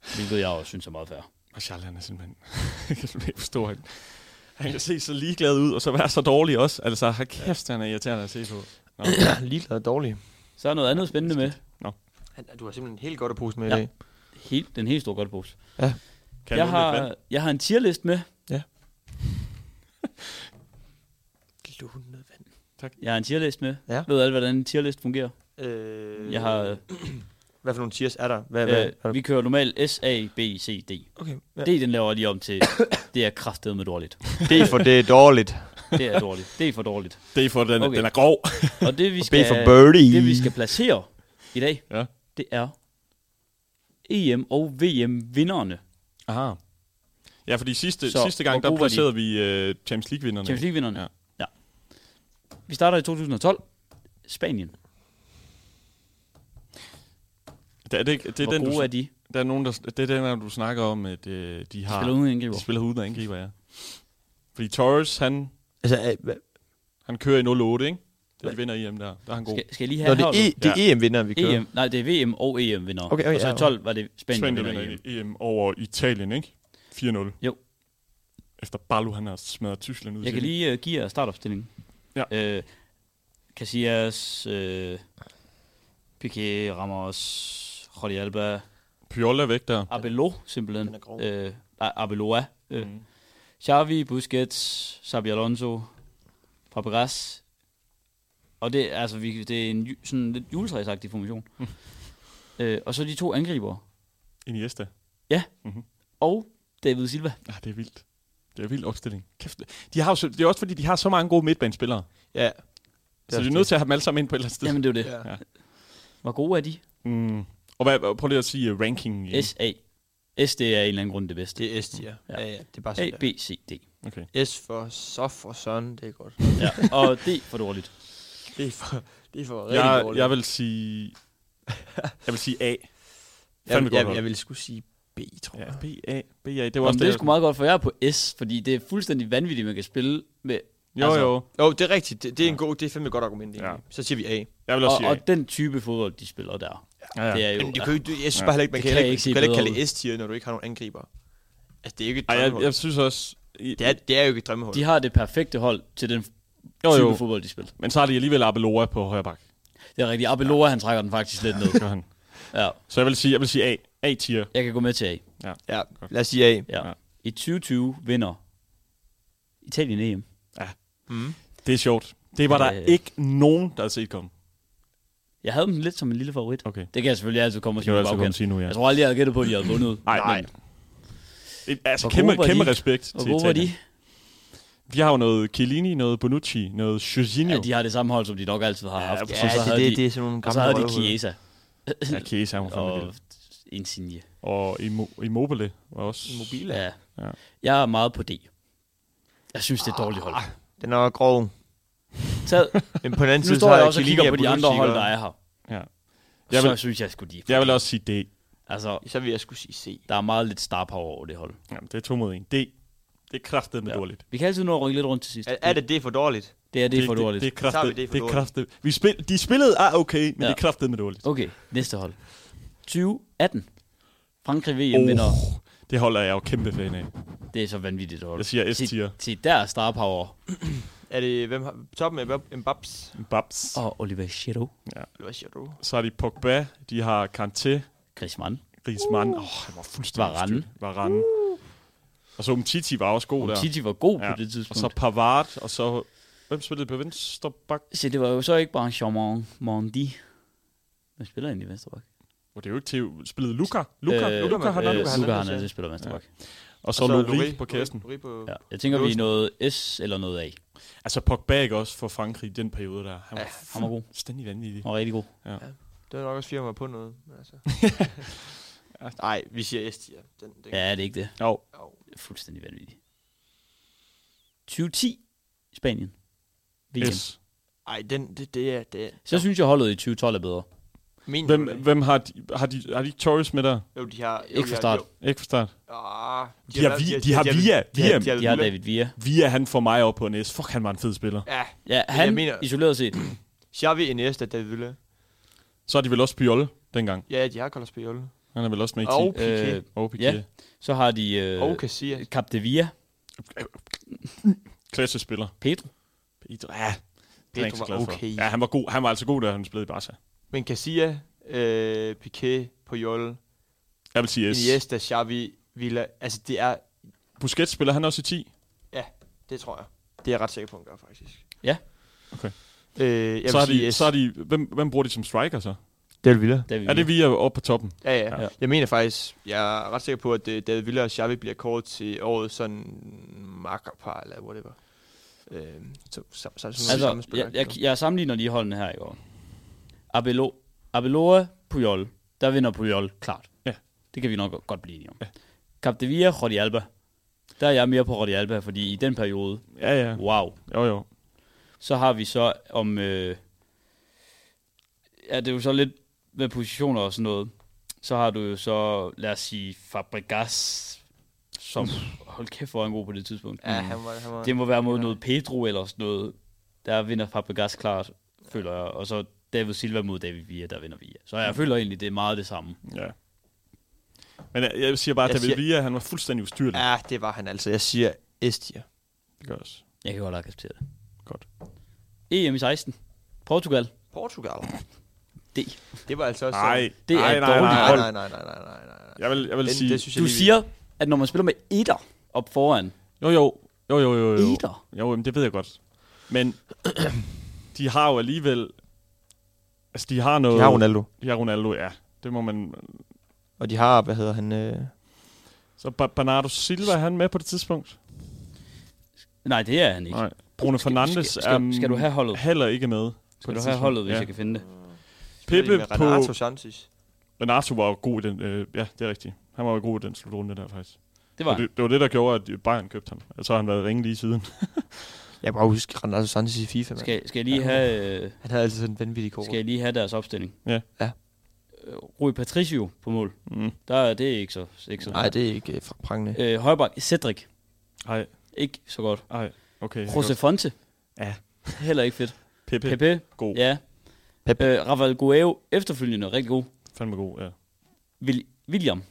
Speaker 2: hvilket jeg også synes er meget fair.
Speaker 3: Og Charles, han er simpelthen... jeg kan simpelthen ikke forstå, han, han kan se så ligeglad ud, og så være så dårlig også. Altså, har kæft, han er irriterende at se på. Nå,
Speaker 4: Lille og dårlig.
Speaker 2: Så er noget andet spændende med
Speaker 4: Han- Du har simpelthen helt godt at pose med i
Speaker 2: Ja.
Speaker 4: dag.
Speaker 2: helt, den helt store godt pose.
Speaker 3: kan
Speaker 2: Jeg
Speaker 3: du lidt
Speaker 2: har, jeg har en tierlist med.
Speaker 4: Glundet vand.
Speaker 2: Jeg har en tierlist med.
Speaker 4: Ja.
Speaker 2: Ved alle, hvordan en tierlist fungerer?
Speaker 4: Øh,
Speaker 2: Jeg har,
Speaker 4: Hvad for nogle tiers er der? Hvad, hvad, er der?
Speaker 2: øh, vi kører normalt S, A, B, C, D.
Speaker 4: Okay. Ja.
Speaker 2: D, den laver jeg lige om til, det er kraftedeme dårligt.
Speaker 4: D for det er dårligt.
Speaker 2: Det er dårligt. Det er for dårligt.
Speaker 3: vand? Det er for, den,
Speaker 2: Okay.
Speaker 3: okay. den er grov.
Speaker 2: Og det vi
Speaker 4: B for
Speaker 2: skal,
Speaker 4: birdie.
Speaker 2: det, vi skal placere i dag,
Speaker 3: Ja.
Speaker 2: det er EM og VM-vinderne.
Speaker 3: Aha. Ja, fordi sidste,
Speaker 2: Så,
Speaker 3: så, sidste gang,
Speaker 2: hvor
Speaker 3: der
Speaker 2: gode var de?
Speaker 3: placerede vi uh, Champions League-vinderne.
Speaker 2: Champions League-vinderne.
Speaker 3: Ja.
Speaker 2: ja. Vi starter i 2012. Spanien.
Speaker 3: Det er, det, ikke- det er
Speaker 2: Hvor
Speaker 3: den, du,
Speaker 2: gode er de?
Speaker 3: der er nogen, der, det er den, der, du snakker om, at øh, de har...
Speaker 2: Spiller uden indgiver.
Speaker 3: De spiller uden angriber, ja. Fordi Torres, han,
Speaker 4: Altså, øh, hva-
Speaker 3: han kører i 08, ikke? Da de vinder EM der, der er han god.
Speaker 2: Skal, skal jeg lige
Speaker 4: Nå,
Speaker 2: have
Speaker 4: det er,
Speaker 2: holdet?
Speaker 4: e, det er EM-vinder, vi kører.
Speaker 2: EM. Nej, det er VM og EM-vinder.
Speaker 4: Okay, okay,
Speaker 2: og så
Speaker 4: ja,
Speaker 2: i
Speaker 4: okay.
Speaker 2: 12 var det Spanien,
Speaker 3: Spanien,
Speaker 2: der
Speaker 3: vinder
Speaker 2: vinder EM.
Speaker 3: EM over Italien, ikke? 4-0.
Speaker 2: Jo.
Speaker 3: Efter Balu, han har smadret Tyskland ud. i
Speaker 2: Jeg kan
Speaker 3: semi.
Speaker 2: lige uh, give jer startopstillingen.
Speaker 3: Ja.
Speaker 2: Øh, Casillas, øh, Piqué, Ramos, Jordi Alba,
Speaker 3: Piolla væk der.
Speaker 2: Abelo simpelthen.
Speaker 4: Den er grov.
Speaker 2: Øh, nej, Abeloa. Øh,
Speaker 3: Mm.
Speaker 2: Xavi, Busquets, Xabi Alonso, Fabregas. Og det, er altså, vi, det er en ju- sådan lidt juletræsagtig formation. øh, og så de to angriber.
Speaker 3: Iniesta.
Speaker 2: Og David Silva.
Speaker 3: Ah, det er vildt. Det er vild opstilling. Kæft. De har jo, så- det er også fordi, de har så mange gode midtbanespillere.
Speaker 4: Ja.
Speaker 3: Så de er nødt til at have dem alle sammen ind på et eller andet sted.
Speaker 2: Jamen, det er jo det.
Speaker 4: Ja.
Speaker 3: Ja.
Speaker 2: Hvor gode er de?
Speaker 3: Mm. Og hvad, prøv lige at sige uh, ranking. igen.
Speaker 2: S, A. S, det er af en eller anden grund det bedste.
Speaker 4: Det er S-tier.
Speaker 2: Ja.
Speaker 4: Ja. ja, ja. Det er bare
Speaker 2: A,
Speaker 4: sådan
Speaker 2: B, C, D.
Speaker 3: Okay.
Speaker 4: der. S for så for sådan, det er godt.
Speaker 2: Ja, og D for dårligt.
Speaker 4: Det er for, det er for rigtig
Speaker 3: Jeg,
Speaker 4: dårligt.
Speaker 3: jeg vil sige... Jeg vil sige A.
Speaker 4: jeg,
Speaker 3: Fandme
Speaker 4: jeg,
Speaker 3: godt
Speaker 4: jeg,
Speaker 3: hold.
Speaker 4: jeg vil skulle sige B, tror jeg.
Speaker 3: Ja, B, A. B, A. Det var
Speaker 2: Jamen,
Speaker 3: også
Speaker 2: det,
Speaker 3: det,
Speaker 2: er
Speaker 3: jeg-
Speaker 2: sgu meget godt, for jeg er på S, fordi det er fuldstændig vanvittigt, man kan spille med.
Speaker 3: Jo,
Speaker 2: altså.
Speaker 3: jo.
Speaker 4: Jo, det er rigtigt. Det, det er en god, det er fandme et godt argument. Ja.
Speaker 3: Ja.
Speaker 4: Så siger vi A.
Speaker 3: Jeg vil
Speaker 2: Og,
Speaker 3: også sige A.
Speaker 2: og den type fodbold, de spiller der.
Speaker 3: Ja, ja.
Speaker 2: Det er jo... altså,
Speaker 4: Jamen, det kan, jo ikke- jeg synes
Speaker 3: Ja.
Speaker 4: bare heller ikke, man
Speaker 2: Det kan
Speaker 4: kan, heller
Speaker 2: jeg
Speaker 4: ikke,
Speaker 2: ikke se
Speaker 4: du kan heller
Speaker 2: bedre
Speaker 4: ikke kalde S-tier, når du ikke har nogen angriber. Altså, det er jo ikke et
Speaker 3: Ej, jeg,
Speaker 4: drømmehold.
Speaker 3: jeg synes også... I,
Speaker 4: det, er, det er jo ikke et drømmehold.
Speaker 2: De har det perfekte hold til den
Speaker 3: Jo,
Speaker 2: type
Speaker 3: jo.
Speaker 2: fodbold, de spiller.
Speaker 3: Men så har de alligevel Abeloa på højre bak.
Speaker 2: Det er rigtigt. Abeloa, han trækker den faktisk lidt ned.
Speaker 3: gør han.
Speaker 2: Ja,
Speaker 3: Så jeg vil sige, jeg vil sige A. A-tier.
Speaker 2: jeg kan gå med til A.
Speaker 4: Ja, lad os sige A.
Speaker 2: Ja.
Speaker 3: Ja.
Speaker 2: I 2020 vinder Italien E EM.
Speaker 4: Mm.
Speaker 3: Det er sjovt. Det var der
Speaker 2: Øh.
Speaker 3: ikke nogen, der har set komme.
Speaker 2: Jeg havde dem lidt som en lille favorit.
Speaker 3: Okay.
Speaker 2: Det kan jeg selvfølgelig altid komme og
Speaker 3: Det kan
Speaker 2: sige
Speaker 3: du
Speaker 2: på
Speaker 3: altså komme
Speaker 2: bagkant.
Speaker 3: sige nu, ja.
Speaker 2: Jeg tror aldrig, jeg havde gættet på, at de havde vundet.
Speaker 3: Nej,
Speaker 2: Men-
Speaker 3: nej. Det, altså,
Speaker 2: Hvor
Speaker 3: kæmpe,
Speaker 2: gode var
Speaker 3: kæmpe
Speaker 2: de?
Speaker 3: respekt
Speaker 2: Hvor
Speaker 3: til
Speaker 2: gode var de?
Speaker 3: Italien. Vi har jo noget Chiellini, noget Bonucci, noget Jorginho.
Speaker 2: Ja, de har det samme hold, som de nok altid har haft.
Speaker 3: Ja,
Speaker 2: Og så havde de-
Speaker 4: er sådan nogle
Speaker 2: Og så havde de Chiesa
Speaker 3: Ja, Chiesa, hun
Speaker 2: og
Speaker 3: og,
Speaker 2: Insigne.
Speaker 3: og Immo- Immobile var også...
Speaker 4: Mobile.
Speaker 2: Ja.
Speaker 3: Ja.
Speaker 2: Jeg er meget på D. Jeg synes, det er et dårligt hold.
Speaker 4: Den er grov.
Speaker 2: Så,
Speaker 4: Men på den anden
Speaker 2: nu
Speaker 4: side, så
Speaker 2: står
Speaker 4: har
Speaker 2: jeg
Speaker 4: jeg
Speaker 2: også og kigger på de andre hold, der er her.
Speaker 3: Ja.
Speaker 2: Jeg
Speaker 3: Jeg
Speaker 2: vil, så
Speaker 3: vil-
Speaker 2: synes jeg skulle de.
Speaker 3: Jeg vil også sige D.
Speaker 2: Altså,
Speaker 4: Så vil jeg skulle sige C.
Speaker 2: der er meget lidt star power over det hold.
Speaker 3: Jamen, det er to mod en. D. Det er kraftet med
Speaker 2: Ja.
Speaker 3: ja. dårligt.
Speaker 2: Vi kan altid nå at rykke lidt rundt til sidst.
Speaker 4: Er, er det det er for dårligt?
Speaker 2: Det er det er for dårligt.
Speaker 3: Det, det,
Speaker 4: Så tager vi
Speaker 3: kraftet,
Speaker 4: det for
Speaker 3: det er
Speaker 4: dårligt.
Speaker 3: kraftet. Vi spil, de spillede ah, okay, men
Speaker 2: Ja.
Speaker 3: ja. det er kraftet med dårligt.
Speaker 2: Okay, næste hold. 2018. Frankrig VM oh. vinder.
Speaker 3: Det holder jeg jo kæmpe fan af.
Speaker 2: Det er så vanvittigt et hold.
Speaker 3: Jeg siger S-tier.
Speaker 2: Se, se, der er star power.
Speaker 4: Er det, hvem har, toppen af Mbappes?
Speaker 3: Babs.
Speaker 2: Og Oliver Giroud.
Speaker 4: Hvad siger du?
Speaker 3: Så er de Pogba, de har Kanté,
Speaker 2: Griezmann.
Speaker 3: Griezmann. Åh, uh. oh, han var fuldstændig
Speaker 2: Varane.
Speaker 3: styrt. Varane. Og så Umtiti var også god der.
Speaker 2: Titi var god
Speaker 3: Ja.
Speaker 2: på det
Speaker 3: Og så
Speaker 2: tidspunkt.
Speaker 3: Pavard, og så Hvem spillede på venstre bak?
Speaker 2: Se, det var jo så ikke bare Jean Mondi. Hvem spiller egentlig venstre bak?
Speaker 3: Og det er jo ikke til spillede Luca. Luca, øh,
Speaker 2: Øh,
Speaker 3: Luca har øh,
Speaker 2: Øh,
Speaker 4: Luka
Speaker 2: Luka
Speaker 4: Hernandez,
Speaker 2: Hernandez
Speaker 4: ja.
Speaker 2: spiller venstre bak.
Speaker 3: Og så, så Lori på kassen.
Speaker 4: Lori på...
Speaker 2: Ja. Jeg tænker, vi er
Speaker 4: Øvelsen.
Speaker 2: noget S eller noget A.
Speaker 3: Altså Pogba ikke også for Frankrig i den periode der. Han var
Speaker 4: Ja,
Speaker 2: Han var god.
Speaker 3: fuldstændig vanvittig.
Speaker 2: Han var rigtig god.
Speaker 4: Det var nok også firma på noget. men Altså. Nej, vi siger S, ja. Den, den,
Speaker 2: Ja, det er ikke det.
Speaker 3: Jo,
Speaker 4: Au.
Speaker 2: Fuldstændig vanvittigt. 2010, Spanien. VM. Yes.
Speaker 3: yes.
Speaker 4: Ej, den, det, det er... Det er.
Speaker 2: Så synes jeg, holdet i 2012 er bedre.
Speaker 4: Min
Speaker 3: Hvem, hvem har, de, har, de, har de ikke Torres med der?
Speaker 4: Jo, de har... Jo,
Speaker 2: Ikke fra
Speaker 4: de
Speaker 2: start.
Speaker 4: har- jo.
Speaker 3: Ikke for start.
Speaker 4: Ah,
Speaker 3: De har, vi, de har Via.
Speaker 4: De har,
Speaker 3: Via,
Speaker 4: de har,
Speaker 2: De har David Villa.
Speaker 3: Via han får mig op på en S. Fuck, han var en fed spiller.
Speaker 4: Ja,
Speaker 2: Ja, han
Speaker 4: jeg
Speaker 2: mener...
Speaker 4: mener-
Speaker 2: isoleret set.
Speaker 4: Xavi, Iniesta, David Villa.
Speaker 3: Så har de vel også Puyol dengang.
Speaker 4: Ja, de har Carlos Puyol.
Speaker 3: Han er vel også med i 10.
Speaker 4: Og
Speaker 2: øh,
Speaker 4: Piqué.
Speaker 3: Og Piqué.
Speaker 2: ja. Så har de øh,
Speaker 4: Og Casillas.
Speaker 2: Cap de Villa,
Speaker 3: Klassespiller.
Speaker 2: Pedro.
Speaker 3: Pedro, ja. Det er
Speaker 4: Pedro
Speaker 3: ikke så
Speaker 4: var
Speaker 3: glad for.
Speaker 4: okay.
Speaker 3: Ja, han var, god. han var altså god, da han spillede i Barca.
Speaker 4: Men Casillas, øh, Piqué, Puyol,
Speaker 3: Jeg vil sige S.
Speaker 4: Iniesta, Xavi, Villa. Altså, det er...
Speaker 3: Busquets spiller han også i 10.
Speaker 4: Det tror jeg. Det er jeg ret sikker på, han gør, faktisk.
Speaker 2: Ja.
Speaker 3: Okay.
Speaker 4: Øh, jeg
Speaker 3: Så
Speaker 4: vil
Speaker 3: har,
Speaker 4: sige
Speaker 3: de,
Speaker 4: S.
Speaker 3: så har de, hvem, hvem bruger de som striker så?
Speaker 4: David Villa.
Speaker 2: David
Speaker 3: Er det Villa oppe på toppen?
Speaker 4: Ja, ja,
Speaker 2: Ja.
Speaker 4: ja. Jeg mener faktisk, jeg er ret sikker på, at øh, David Villa og Xavi bliver kåret til året sådan makkerpar eller whatever. Øh, så, så, så, så, så samme
Speaker 2: Altså,
Speaker 4: spiller,
Speaker 2: jeg, jeg, jeg sammenligner lige holdene her i går. Abelo, Abeloa, Puyol. Der vinder Puyol, klart.
Speaker 3: Ja.
Speaker 2: Det kan vi nok godt blive enige om. Ja. Cap de Villa, Rodi Alba. Der er jeg mere på Rodi Alba, fordi i den periode,
Speaker 3: Ja, ja.
Speaker 2: wow.
Speaker 3: Jo, jo.
Speaker 2: Så har vi så om... Øh, ja, det er jo så lidt med positioner og sådan noget. Så har du jo så, lad os sige, Fabregas, som... Hold kæft, hvor er han god på det tidspunkt. Mm.
Speaker 4: ja, han var, han var,
Speaker 2: Det må være mod
Speaker 4: Ja.
Speaker 2: noget Pedro eller sådan noget. Der vinder Fabregas klart, føler jeg. Og så David Silva mod David Villa, der vinder Villa. Så jeg føler egentlig, det er meget det samme.
Speaker 3: Ja. Men jeg, jeg siger bare, at
Speaker 4: Jeg
Speaker 3: David
Speaker 4: siger-
Speaker 3: Villa, han var fuldstændig ustyrlig.
Speaker 4: ja, det var han altså. Jeg siger Estia.
Speaker 3: Det gør også.
Speaker 2: Jeg kan godt acceptere det.
Speaker 3: Godt.
Speaker 2: EM i 16. Portugal.
Speaker 4: Portugal.
Speaker 2: D.
Speaker 4: Det var altså også...
Speaker 3: Nej,
Speaker 2: Det er
Speaker 3: nej,
Speaker 2: et
Speaker 3: nej,
Speaker 2: dårligt
Speaker 3: nej.
Speaker 4: nej,
Speaker 2: hold.
Speaker 4: nej, nej, nej, nej, nej, nej.
Speaker 3: Jeg vil, jeg vil
Speaker 4: Den-
Speaker 3: sige...
Speaker 4: det synes jeg
Speaker 2: Du
Speaker 4: lige, vi-
Speaker 2: siger, at når man spiller med etter op foran.
Speaker 3: Jo, jo. Jo, jo, jo, jo.
Speaker 2: Etter?
Speaker 3: Jo, jamen, det ved jeg godt. Men de har jo alligevel... Altså, de har noget...
Speaker 4: De har Ronaldo.
Speaker 3: De har Ronaldo, ja. Det må man...
Speaker 4: Og de har, hvad hedder han... Øh,
Speaker 3: Så Ba- Bernardo Silva, er han med på det tidspunkt?
Speaker 2: Nej, det er han ikke.
Speaker 3: Nej. Bruno
Speaker 2: Skal-
Speaker 3: Fernandes
Speaker 2: skal, skal,
Speaker 3: er
Speaker 2: skal du have holdet?
Speaker 3: heller ikke med.
Speaker 2: Skal
Speaker 3: det
Speaker 2: du have
Speaker 3: tidspunkt,
Speaker 2: holdet, hvis
Speaker 3: ja.
Speaker 2: jeg kan finde det?
Speaker 4: spiller de
Speaker 3: Pepe
Speaker 4: med
Speaker 3: på-
Speaker 4: Renato Sanchez.
Speaker 3: Renato var jo god i den... Øh, ja, det er rigtigt. Han var jo god i den slutrunde der, faktisk.
Speaker 2: Det var
Speaker 3: Og
Speaker 2: han.
Speaker 3: det, det var det, der gjorde, at Bayern købte ham. Altså, har han været ringe lige siden.
Speaker 4: Jeg kan bare huske Renato Sanchez i FIFA, mand.
Speaker 2: Skal, skal, jeg lige
Speaker 4: Ja.
Speaker 2: have, øh,
Speaker 4: Han havde altså sådan en vanvittig kort.
Speaker 2: skal jeg lige have deres opstilling?
Speaker 3: Ja.
Speaker 4: Ja.
Speaker 2: Øh, Rui Patricio på mål.
Speaker 3: Mm.
Speaker 2: Der er det er ikke så... Ikke så
Speaker 4: Nej, det er ikke øh, fra- prangende.
Speaker 2: Øh, Højbak, Cedric.
Speaker 3: Ej,
Speaker 2: Ikke så godt.
Speaker 3: ej. Okay.
Speaker 2: Jose Fonte.
Speaker 3: Ja. Oh.
Speaker 2: Heller ikke fedt.
Speaker 3: Pepe. Pepe.
Speaker 2: Pepe.
Speaker 3: God. Ja.
Speaker 2: Ja.
Speaker 4: Pepe.
Speaker 2: Øh, Rafael Guerrero efterfølgende er rigtig god.
Speaker 3: Fandme god, ja.
Speaker 2: Vil- William.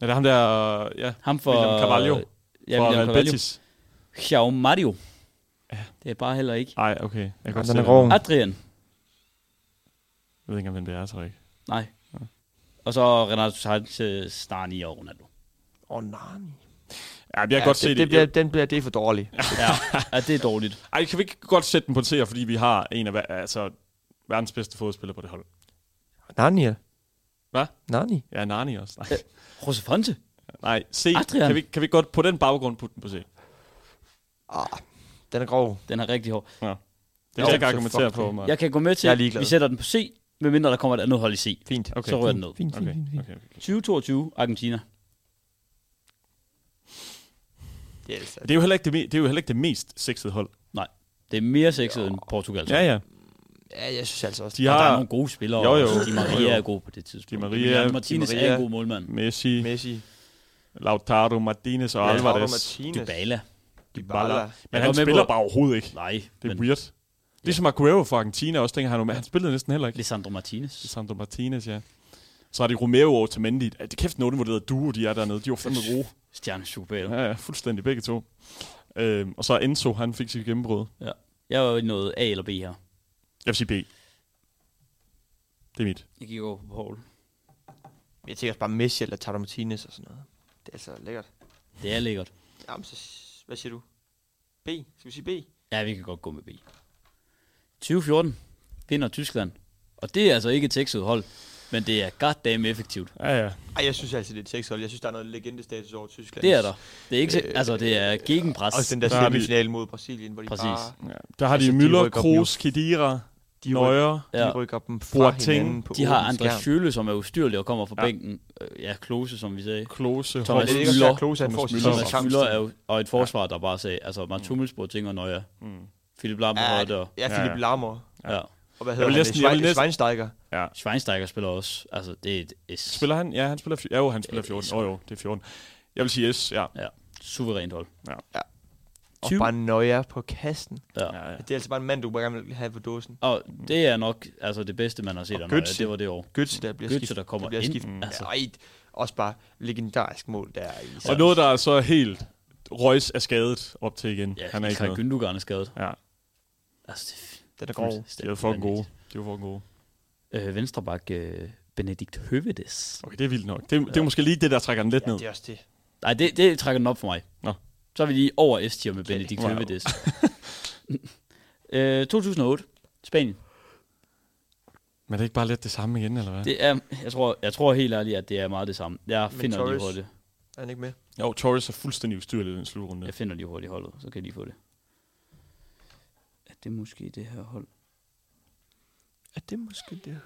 Speaker 3: Ja, det er ham der... øh, Ja,
Speaker 2: Ham for...
Speaker 3: William Carvalho.
Speaker 2: Ja, William
Speaker 3: fra Real
Speaker 2: Carvalho.
Speaker 3: Betis.
Speaker 2: Xiao Mario. Ja. Det er bare heller ikke.
Speaker 3: Ej, okay. Jeg kan godt
Speaker 4: den
Speaker 3: se
Speaker 4: er
Speaker 3: det.
Speaker 4: grov.
Speaker 2: Adrian.
Speaker 3: Jeg ved ikke, om hvem det er, tror jeg ikke.
Speaker 2: Nej. Og så Renato Sanchez, Starni og Ronaldo.
Speaker 4: Åh, oh, nej.
Speaker 3: Ja, men jeg kan ja, godt se det.
Speaker 4: det bliver, den bliver det er for dårligt.
Speaker 2: Ja, ja det er dårligt.
Speaker 3: Ej, kan vi ikke godt sætte den på en seer, fordi vi har en af ver- altså, verdens bedste fodspillere på det hold?
Speaker 4: Narnia.
Speaker 3: Hvad?
Speaker 4: Narni.
Speaker 3: Ja, Nani også. Nej,
Speaker 2: Ja. Jose Fonte.
Speaker 3: Nej se,
Speaker 2: Adrian.
Speaker 3: kan vi, kan vi godt på den baggrund putte den på C? Det
Speaker 4: Ah, den er grov.
Speaker 2: Den er rigtig hård.
Speaker 3: vil
Speaker 4: Jo,
Speaker 3: jeg ikke
Speaker 4: så
Speaker 3: argumentere
Speaker 4: fuck
Speaker 3: på.
Speaker 4: det.
Speaker 3: Mig.
Speaker 2: Jeg kan gå med til,
Speaker 4: Jeg er
Speaker 2: at
Speaker 4: ligeglad.
Speaker 2: vi sætter den på C, medmindre der kommer et andet hold i C.
Speaker 4: Fint.
Speaker 3: Okay.
Speaker 2: Så rører den ud.
Speaker 4: Fint, fint,
Speaker 3: Okay,
Speaker 4: fint, fint.
Speaker 3: okay.
Speaker 2: 2022, Argentina.
Speaker 4: Det er altså,
Speaker 3: Det er, jo heller ikke det, me- det er jo heller ikke det mest sexede hold.
Speaker 2: Det er mere sexet end Portugal.
Speaker 3: Ja, ja.
Speaker 4: ja, jeg synes altså også,
Speaker 3: De
Speaker 2: Ja. Og der er nogle
Speaker 3: har
Speaker 2: gode spillere.
Speaker 3: Jo, jo.
Speaker 2: Også. Di
Speaker 3: Jo,
Speaker 2: Maria
Speaker 3: jo.
Speaker 2: er god på det tidspunkt.
Speaker 3: Di Maria,
Speaker 2: Julian Martinez
Speaker 4: Di
Speaker 2: Maria.
Speaker 4: Maria.
Speaker 2: er en god målmand.
Speaker 3: Messi,
Speaker 4: Messi,
Speaker 3: Lautaro, Martinez og
Speaker 4: Lautaro
Speaker 3: Alvarez.
Speaker 4: Martinez,
Speaker 2: Dybala.
Speaker 4: Dybala.
Speaker 3: Men
Speaker 2: Jeg
Speaker 3: han
Speaker 2: var med
Speaker 3: spiller
Speaker 2: på-
Speaker 3: bare overhovedet ikke.
Speaker 2: Nej,
Speaker 3: Det er
Speaker 2: men
Speaker 3: weird. Ligesom Aguero fra Argentina også, tænker han jo med. Han spillede næsten heller ikke.
Speaker 2: Lisandro Martinez.
Speaker 3: Sandro Martinez, ja. Så har de Romeo og Tamendi. Ja, det er kæft, nogen vurderet duo, de er dernede. De var fandme gode.
Speaker 2: Stjerne Super.
Speaker 3: Ja, ja, fuldstændig begge to. Øhm, og så Enzo, han fik sit gennembrud.
Speaker 2: Jeg er jo noget A eller B her.
Speaker 3: Jeg vil sige B. Det er mit.
Speaker 2: Jeg gik over på Paul.
Speaker 4: Jeg tænker også bare Messi eller Tato Martinez og sådan noget. Det er altså lækkert.
Speaker 2: Det er lækkert.
Speaker 4: Jamen, så, s- hvad siger du? B? Skal vi sige B?
Speaker 2: Ja, vi kan godt gå med B. 2014 vinder Tyskland. Og det er altså ikke et tekstet hold, men det er goddamn effektivt.
Speaker 3: Ja, ja.
Speaker 4: Ej, jeg synes altid, det er teksthold. Jeg synes, der er noget legendestatus over Tyskland.
Speaker 2: Det er der. Det er ikke, øh, altså, det er gegenpres.
Speaker 4: Også den der,
Speaker 3: Der har de-
Speaker 4: semifinal mod Brasilien, hvor de
Speaker 2: Præcis.
Speaker 4: bare
Speaker 3: ja. Der har
Speaker 4: Altså,
Speaker 3: de
Speaker 4: de
Speaker 3: Müller,
Speaker 4: rykker op
Speaker 3: Kroos, Kedira,
Speaker 4: de rykker,
Speaker 3: Nøjer.
Speaker 4: ja. de
Speaker 2: Ja.
Speaker 4: rykker dem fra
Speaker 3: Boateng,
Speaker 4: hinanden på
Speaker 2: De har
Speaker 4: åben
Speaker 2: Andreas
Speaker 4: skærm.
Speaker 2: Schürrle, som er ustyrlig og kommer fra
Speaker 3: Ja.
Speaker 2: ja. bænken. Øh, Ja, Klose, som vi sagde.
Speaker 3: Klose,
Speaker 2: Thomas
Speaker 4: Men
Speaker 3: Høj.
Speaker 4: det er ikke
Speaker 2: Müller.
Speaker 4: også Klose, han får
Speaker 3: Thomas
Speaker 4: sin
Speaker 3: Müller.
Speaker 4: sidste
Speaker 2: Thomas
Speaker 4: kamp.
Speaker 2: Müller er jo, og et forsvar, der bare sagde, altså Mats Hummels, Boateng og Nøjer.
Speaker 3: Mm.
Speaker 2: Philip Lahm på
Speaker 4: Ja,
Speaker 2: højre dør.
Speaker 4: Ja, Philip
Speaker 3: Ja.
Speaker 4: Lammer.
Speaker 2: Ja.
Speaker 4: Og
Speaker 3: vil
Speaker 4: hvad hedder han?
Speaker 3: næsten- jeg vil
Speaker 4: Schwein-
Speaker 3: næsten-
Speaker 4: Schweinsteiger.
Speaker 3: Ja.
Speaker 2: Schweinsteiger spiller også. Altså, det er et, et
Speaker 3: Spiller han? Ja, han spiller, fj- ja, jo, han spiller
Speaker 2: Øh,
Speaker 3: 14.
Speaker 2: så-
Speaker 3: Åh oh, jo, det er 14. Jeg vil sige yes, ja.
Speaker 2: suverænt hold.
Speaker 4: Og
Speaker 2: 20.
Speaker 4: bare nøjer på kasten.
Speaker 2: Ja.
Speaker 3: ja, ja.
Speaker 4: Det er altså bare en mand, du bare gerne vil have på dåsen.
Speaker 2: Og det er nok altså, det bedste, man har set
Speaker 4: Og
Speaker 2: af Nøjer.
Speaker 4: Götze.
Speaker 2: Det var det år.
Speaker 4: Götze, der bliver
Speaker 2: Götze,
Speaker 4: skiftet.
Speaker 2: der kommer
Speaker 4: bliver
Speaker 2: ind.
Speaker 4: skiftet.
Speaker 2: Mm.
Speaker 4: Altså. Ej, også bare legendarisk mål der. I
Speaker 3: Og noget, der er så helt... Røjs er skadet op til igen.
Speaker 2: Ja,
Speaker 3: han er ikke
Speaker 2: Kai
Speaker 3: med.
Speaker 2: Gündogan er skadet.
Speaker 3: Ja,
Speaker 2: Altså, det er
Speaker 4: den er grov.
Speaker 2: fuldstændig
Speaker 3: de er fucking gode.
Speaker 2: vanvittigt.
Speaker 3: De er fucking gode.
Speaker 2: Øh, Venstrebak øh, Benedikt Høvedes.
Speaker 3: Okay, det er vildt nok. Det, det er måske lige det, der trækker den lidt
Speaker 4: Ja,
Speaker 3: ned.
Speaker 4: det er også det.
Speaker 2: Nej, det, det trækker den op for mig.
Speaker 3: Nå.
Speaker 2: Så er vi lige over S-tier med Benedikt
Speaker 3: Wow.
Speaker 2: Høvedes. øh, 2008. Spanien.
Speaker 3: Men det er ikke bare lidt det samme igen, eller hvad? Det.
Speaker 2: Det er, jeg, tror, jeg tror helt ærligt, at det er meget det samme. Jeg
Speaker 4: Men
Speaker 2: finder lige
Speaker 4: Torres-
Speaker 2: hurtigt.
Speaker 4: Er han ikke med?
Speaker 3: Jo, Torres er fuldstændig ustyrlig i den slutrunde.
Speaker 2: Jeg finder lige hurtigt holdet, så kan jeg lige få det. Er det måske det her hold?
Speaker 4: Er det måske det?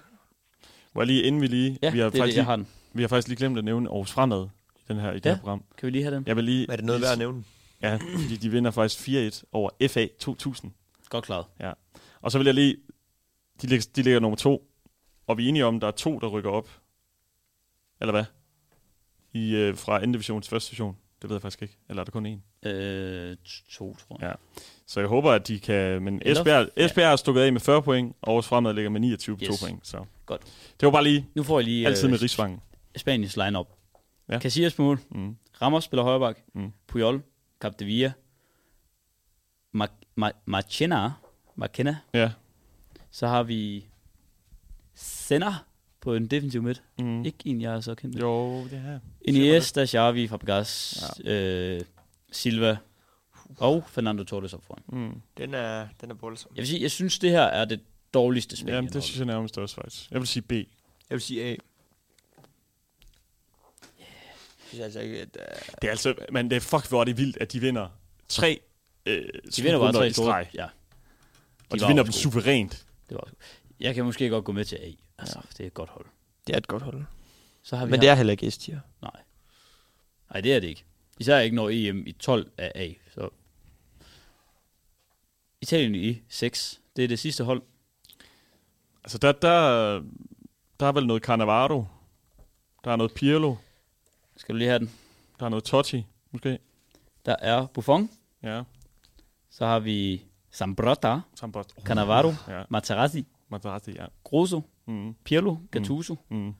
Speaker 3: Hvor lige inden vi lige...
Speaker 2: Ja,
Speaker 3: vi, har
Speaker 2: det er det,
Speaker 3: faktisk
Speaker 2: jeg
Speaker 3: lige,
Speaker 2: har den.
Speaker 3: vi har faktisk lige glemt at nævne Aarhus Fremad i, den her, i det
Speaker 2: Ja.
Speaker 3: her program.
Speaker 2: Kan vi lige have den?
Speaker 3: Jeg vil lige...
Speaker 4: Er det noget værd at nævne?
Speaker 3: Ja, fordi de vinder faktisk 4-1 over FA 2000.
Speaker 2: Godt klaret.
Speaker 3: Og så vil jeg lige... De ligger, de ligger nummer to, og vi er enige om, at der er to, der rykker op. Eller hvad? I, øh, fra anden division til første division. Det ved jeg faktisk ikke. Eller er der kun én?
Speaker 2: Øh, t- to, tror jeg.
Speaker 3: Ja. Så jeg håber, at de kan... Men
Speaker 2: Eller-
Speaker 3: Esbjerg, Esbjerg er stukket af med 40 point, og Aarhus Fremad ligger med 29 på
Speaker 2: Yes.
Speaker 3: yes. 2 point. Så.
Speaker 2: Godt.
Speaker 3: Det var bare lige
Speaker 2: Nu får jeg lige
Speaker 3: altid
Speaker 2: øh,
Speaker 3: med Rigsvangen.
Speaker 2: Spaniens lineup.
Speaker 3: Ja.
Speaker 2: Ja. Casillas på mål.
Speaker 3: Mm.
Speaker 2: Ramos spiller højbak.
Speaker 3: Mm.
Speaker 2: Mm. Puyol. Capdevia. Mar- Mar- Marchena. Marchena.
Speaker 3: Ja.
Speaker 2: Så har vi Sender på en defensiv midt.
Speaker 3: Mm.
Speaker 2: Mm. Ikke en, jeg er så kendt med.
Speaker 3: Jo, det er.
Speaker 2: Iniesta, Xavi, Fabregas, ja. øh, Silva og Fernando Torres op foran.
Speaker 3: Mm.
Speaker 4: Den er, den er voldsom.
Speaker 2: Jeg vil sige, jeg synes, det her er det dårligste Spanien.
Speaker 3: Jamen, det synes jeg nærmest også faktisk. Jeg vil sige B.
Speaker 4: Jeg vil sige A. Jeg synes altså ikke, at... Uh,
Speaker 3: Det er altså, men det er fuck, hvor er det vildt, at de vinder tre øh,
Speaker 2: de vinder bare tre
Speaker 3: streg.
Speaker 2: store. Ja,
Speaker 3: Og de,
Speaker 2: var
Speaker 3: vinder dem
Speaker 2: også
Speaker 3: suverænt.
Speaker 2: det var også godt. Jeg kan måske godt gå med til A. Altså, ja. det er et godt hold.
Speaker 4: det er et godt hold.
Speaker 2: Så har vi
Speaker 4: Men det er heller ikke S-tier.
Speaker 2: Nej. Nej, det er det ikke. Især ikke når EM i 12 er A. Så. Italien i 6. Det er det sidste hold.
Speaker 3: Altså, der, der, der er vel noget Cannavaro. Der er noget Pirlo.
Speaker 2: Skal du lige have den?
Speaker 3: Der er noget Totti, måske.
Speaker 2: Der er Buffon.
Speaker 3: Ja,
Speaker 2: Så har vi Zambrotta,
Speaker 3: Sambast. Oh,
Speaker 2: Cannavaro,
Speaker 3: Ja,
Speaker 2: Materazzi,
Speaker 3: Materazzi, ja.
Speaker 2: Grosso,
Speaker 3: Mm,
Speaker 2: Pirlo, Gattuso. Mm.
Speaker 3: mm.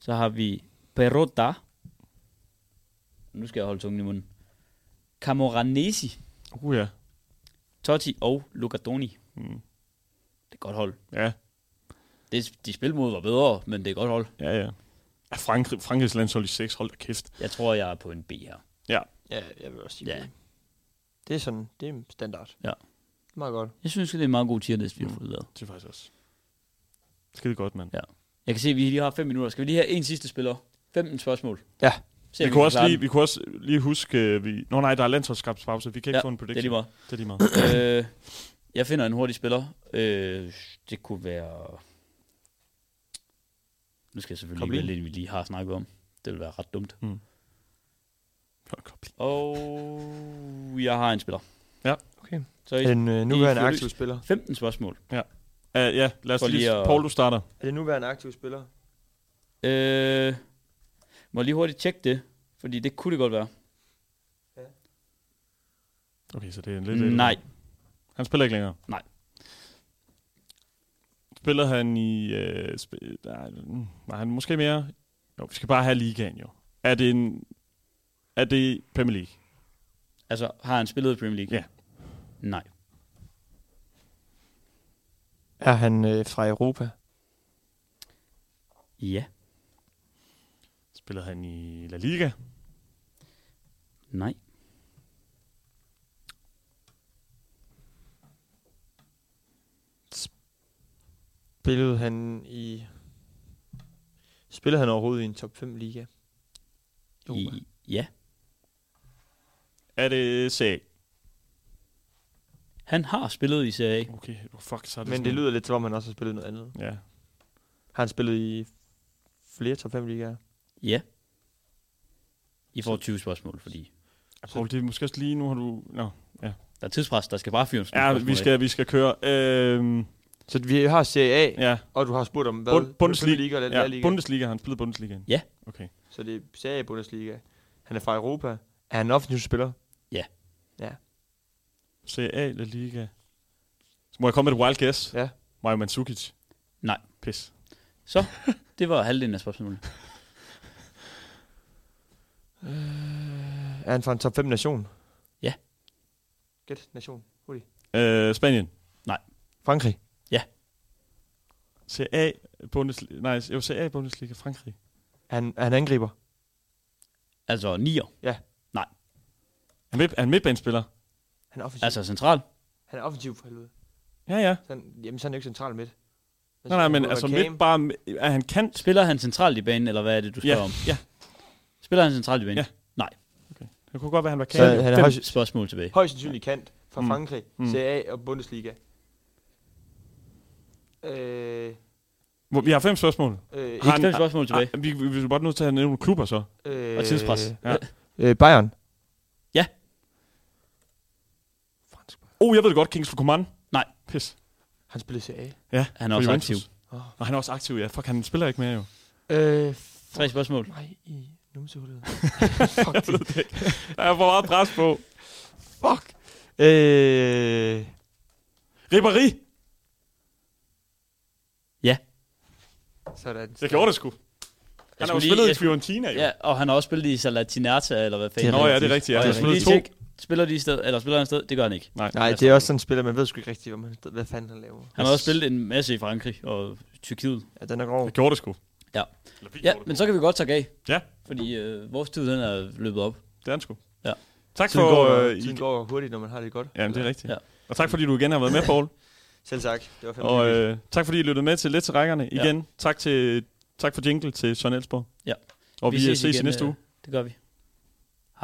Speaker 2: Så har vi Perotta. Nu skal jeg holde tungen i munden. Camoranesi,
Speaker 3: Uh, ja.
Speaker 2: Totti og Lucadoni.
Speaker 3: Mm.
Speaker 2: Det er et godt hold.
Speaker 3: Ja,
Speaker 2: Det, de spil mod var bedre, men det er et godt hold.
Speaker 3: ja, ja. Er Frankrig, Frankrigs landshold i 6, hold da kæft.
Speaker 2: Jeg tror, jeg er på en B her.
Speaker 4: Ja, jeg vil også sige
Speaker 2: Ja.
Speaker 4: B. Det er sådan, det er standard.
Speaker 2: Ja.
Speaker 4: Meget godt.
Speaker 2: Jeg synes, det er en meget god tierlist, vi har fået lavet.
Speaker 3: Det er faktisk også. Skide godt, mand.
Speaker 2: Ja. Jeg kan se, at vi lige har 5 minutter. Skal vi lige have en sidste spiller? 15 spørgsmål.
Speaker 4: Ja.
Speaker 2: Se,
Speaker 3: Vi kunne, også lige, vi kunne også lige huske... øh, Vi... Nå nej, der er landsholdskabspause. Vi kan ikke
Speaker 2: Ja,
Speaker 3: få en
Speaker 2: det er lige
Speaker 3: prediction.
Speaker 2: meget.
Speaker 3: Det er lige meget.
Speaker 2: øh, jeg finder en hurtig spiller. Øh, det kunne være... Nu skal jeg selvfølgelig
Speaker 4: Kom
Speaker 2: ikke
Speaker 4: lige.
Speaker 2: vælge en, vi lige har snakket om. Det vil være ret dumt.
Speaker 3: Fuck, op.
Speaker 2: Og jeg har en spiller.
Speaker 4: Okay.
Speaker 2: Så I
Speaker 4: En øh,
Speaker 2: I er
Speaker 4: nuværende
Speaker 2: fuldt-
Speaker 4: aktiv spiller.
Speaker 2: 15 spørgsmål.
Speaker 3: Uh, ja, lad os
Speaker 2: For
Speaker 3: lige...
Speaker 2: lige
Speaker 3: lige
Speaker 2: at-
Speaker 3: Paul, du starter.
Speaker 4: Er det nuværende aktiv spiller?
Speaker 2: Øh, må jeg lige hurtigt tjekke det? Fordi det kunne det godt være.
Speaker 3: Okay, så det er en lidt... øh,
Speaker 2: Nej,
Speaker 3: Han spiller ikke længere?
Speaker 2: Nej.
Speaker 3: Spiller han i... Øh, sp- nej, mm, var han måske mere... Jo, vi skal bare have ligaen jo. Er det en... Er det Premier League?
Speaker 2: altså har han spillet i Premier League?
Speaker 3: Ja.
Speaker 2: Nej.
Speaker 4: Er han øh, fra Europa?
Speaker 2: Ja.
Speaker 3: Spiller han i La Liga?
Speaker 2: Nej.
Speaker 4: spillede han i... Spillede han overhovedet i en top 5 liga? Europa.
Speaker 2: I, ja.
Speaker 3: Er det sag?
Speaker 2: Han har spillet i Serie A.
Speaker 3: Okay, oh, fuck, så er det
Speaker 4: Men
Speaker 3: sådan
Speaker 4: det lyder lidt som om, han også har spillet noget andet.
Speaker 3: Ja.
Speaker 4: Har han spillet i flere top 5 ligaer?
Speaker 2: Ja. I får 20 spørgsmål, fordi
Speaker 3: Poul, det er måske også lige nu, har du... Nå.
Speaker 2: der er tidspres, der skal bare fyre
Speaker 3: Ja, vi skal, vi skal køre. Øhm,
Speaker 4: Så vi har Serie A, ja.
Speaker 3: ja,
Speaker 4: og du har spurgt om hvad?
Speaker 3: Bund- Bundesliga.
Speaker 4: Liga eller La
Speaker 3: ja,
Speaker 4: Liga?
Speaker 3: Bundesliga. Han spillede Bundesliga.
Speaker 2: Ja.
Speaker 3: Okay.
Speaker 4: Så det er Serie A Bundesliga. Han er fra Europa. Er han en offensiv spiller?
Speaker 3: CA La Liga. Så må jeg komme med et wild guess?
Speaker 4: Ja.
Speaker 3: Mario Mandzukic.
Speaker 2: Nej.
Speaker 3: Pis.
Speaker 2: Så, det var halvdelen af spørgsmålet.
Speaker 4: Er han fra en top 5 nation?
Speaker 2: Ja.
Speaker 4: Gæt nation. Hurtigt.
Speaker 3: Øh, Spanien.
Speaker 4: Frankrig.
Speaker 3: CA Bundesliga. Nej, jo, CA Bundesliga. Frankrig.
Speaker 4: Er han, er han angriber?
Speaker 2: Altså nier.
Speaker 3: Er han, midt, er han midtbanespiller?
Speaker 4: Han er offensiv.
Speaker 2: Altså central.
Speaker 4: Han er offensiv for helvede.
Speaker 3: Ja, ja.
Speaker 4: Så han, jamen, så er han jo ikke central midt. Men
Speaker 3: Nej,
Speaker 4: så
Speaker 3: nej,
Speaker 4: kan
Speaker 3: men
Speaker 4: han
Speaker 3: altså
Speaker 4: være
Speaker 3: midt
Speaker 4: Kane.
Speaker 3: bare... Er han kant?
Speaker 2: Spiller han centralt i banen, eller hvad er det, du
Speaker 3: Ja,
Speaker 2: spørger om?
Speaker 3: ja.
Speaker 2: Spiller han centralt i banen?
Speaker 3: Ja. Det kunne godt være, han var
Speaker 4: Så
Speaker 3: kant.
Speaker 4: han er
Speaker 2: Fem
Speaker 4: højst,
Speaker 2: spørgsmål tilbage.
Speaker 4: højst sandsynlig kant fra
Speaker 3: Mm.
Speaker 4: Frankrig,
Speaker 3: Mm.
Speaker 4: Serie A og Bundesliga. Øh,
Speaker 3: Hvor- Vi har fem spørgsmål.
Speaker 4: øh,
Speaker 3: Har han-
Speaker 2: Fem spørgsmål tilbage.
Speaker 3: Ah, vi, vi, vi er bare nødt til at have nogle klubber så.
Speaker 4: øh,
Speaker 2: Og tidspres.
Speaker 3: Ja.
Speaker 4: Øh, Bayern.
Speaker 2: Ja.
Speaker 4: Fransk Bayern.
Speaker 3: Oh, jeg ved det godt. Kings Coman.
Speaker 2: Nej.
Speaker 3: Pis.
Speaker 4: Han spillede Serie A.
Speaker 3: Ja.
Speaker 2: Han er også
Speaker 3: for Juventus.
Speaker 2: aktiv.
Speaker 4: Oh.
Speaker 3: Og han er også aktiv, ja. Fuck, han spiller ikke mere jo.
Speaker 4: Øh,
Speaker 2: Tre spørgsmål.
Speaker 4: Nej, i numsehullet.
Speaker 3: Jeg ved det ikke. Der er for meget pres på.
Speaker 4: Fuck. Øh,
Speaker 3: Ribéry.
Speaker 4: sådan.
Speaker 3: Jeg gjorde det sgu. Han
Speaker 2: Jeg
Speaker 3: har jo
Speaker 2: skulle
Speaker 3: spillet i
Speaker 2: jeg skulle-
Speaker 3: Fiorentina jo.
Speaker 2: Ja, og han har også spillet i Salatinata, eller hvad fanden.
Speaker 4: Det er Nå
Speaker 3: ja, rigtigt. det er rigtigt, ja.
Speaker 2: Og
Speaker 3: Han
Speaker 2: jeg
Speaker 3: har
Speaker 2: skal lige
Speaker 3: spillet
Speaker 2: tjekke, spiller de i sted, eller spiller han sted? Det gør han ikke.
Speaker 4: Nej, det er også sådan en spiller, man ved sgu ikke rigtigt, hvad, man, hvad fanden han laver.
Speaker 2: Han har også spillet en masse i Frankrig og Tyrkiet.
Speaker 4: Ja, den er grov.
Speaker 3: Jeg gjorde det sgu.
Speaker 2: Ja.
Speaker 3: Eller vi
Speaker 2: Ja,
Speaker 3: gjorde det
Speaker 2: men
Speaker 3: sgu.
Speaker 2: så kan vi godt tage af.
Speaker 3: Ja.
Speaker 2: Fordi øh, vores tid, den er løbet op.
Speaker 3: Det er han sgu.
Speaker 2: Ja.
Speaker 3: Tak
Speaker 4: Tiden,
Speaker 3: for...
Speaker 4: går,
Speaker 3: øh,
Speaker 4: øh, tiden
Speaker 3: I-
Speaker 4: går hurtigt, når man har det godt.
Speaker 3: Jamen, det er rigtigt.
Speaker 2: Ja.
Speaker 3: Og tak fordi du igen har været med, Paul.
Speaker 4: Selv tak. Det var fandme
Speaker 3: Og
Speaker 4: hyggeligt.
Speaker 3: øh, tak fordi I lyttede med til Lidt til Rækkerne.
Speaker 2: Ja.
Speaker 3: Igen, tak, til, tak for jingle til Søren Elsborg.
Speaker 2: Ja.
Speaker 3: Og vi, vi ses,
Speaker 2: igen,
Speaker 3: i næste
Speaker 2: øh,
Speaker 3: uge.
Speaker 2: Det gør vi.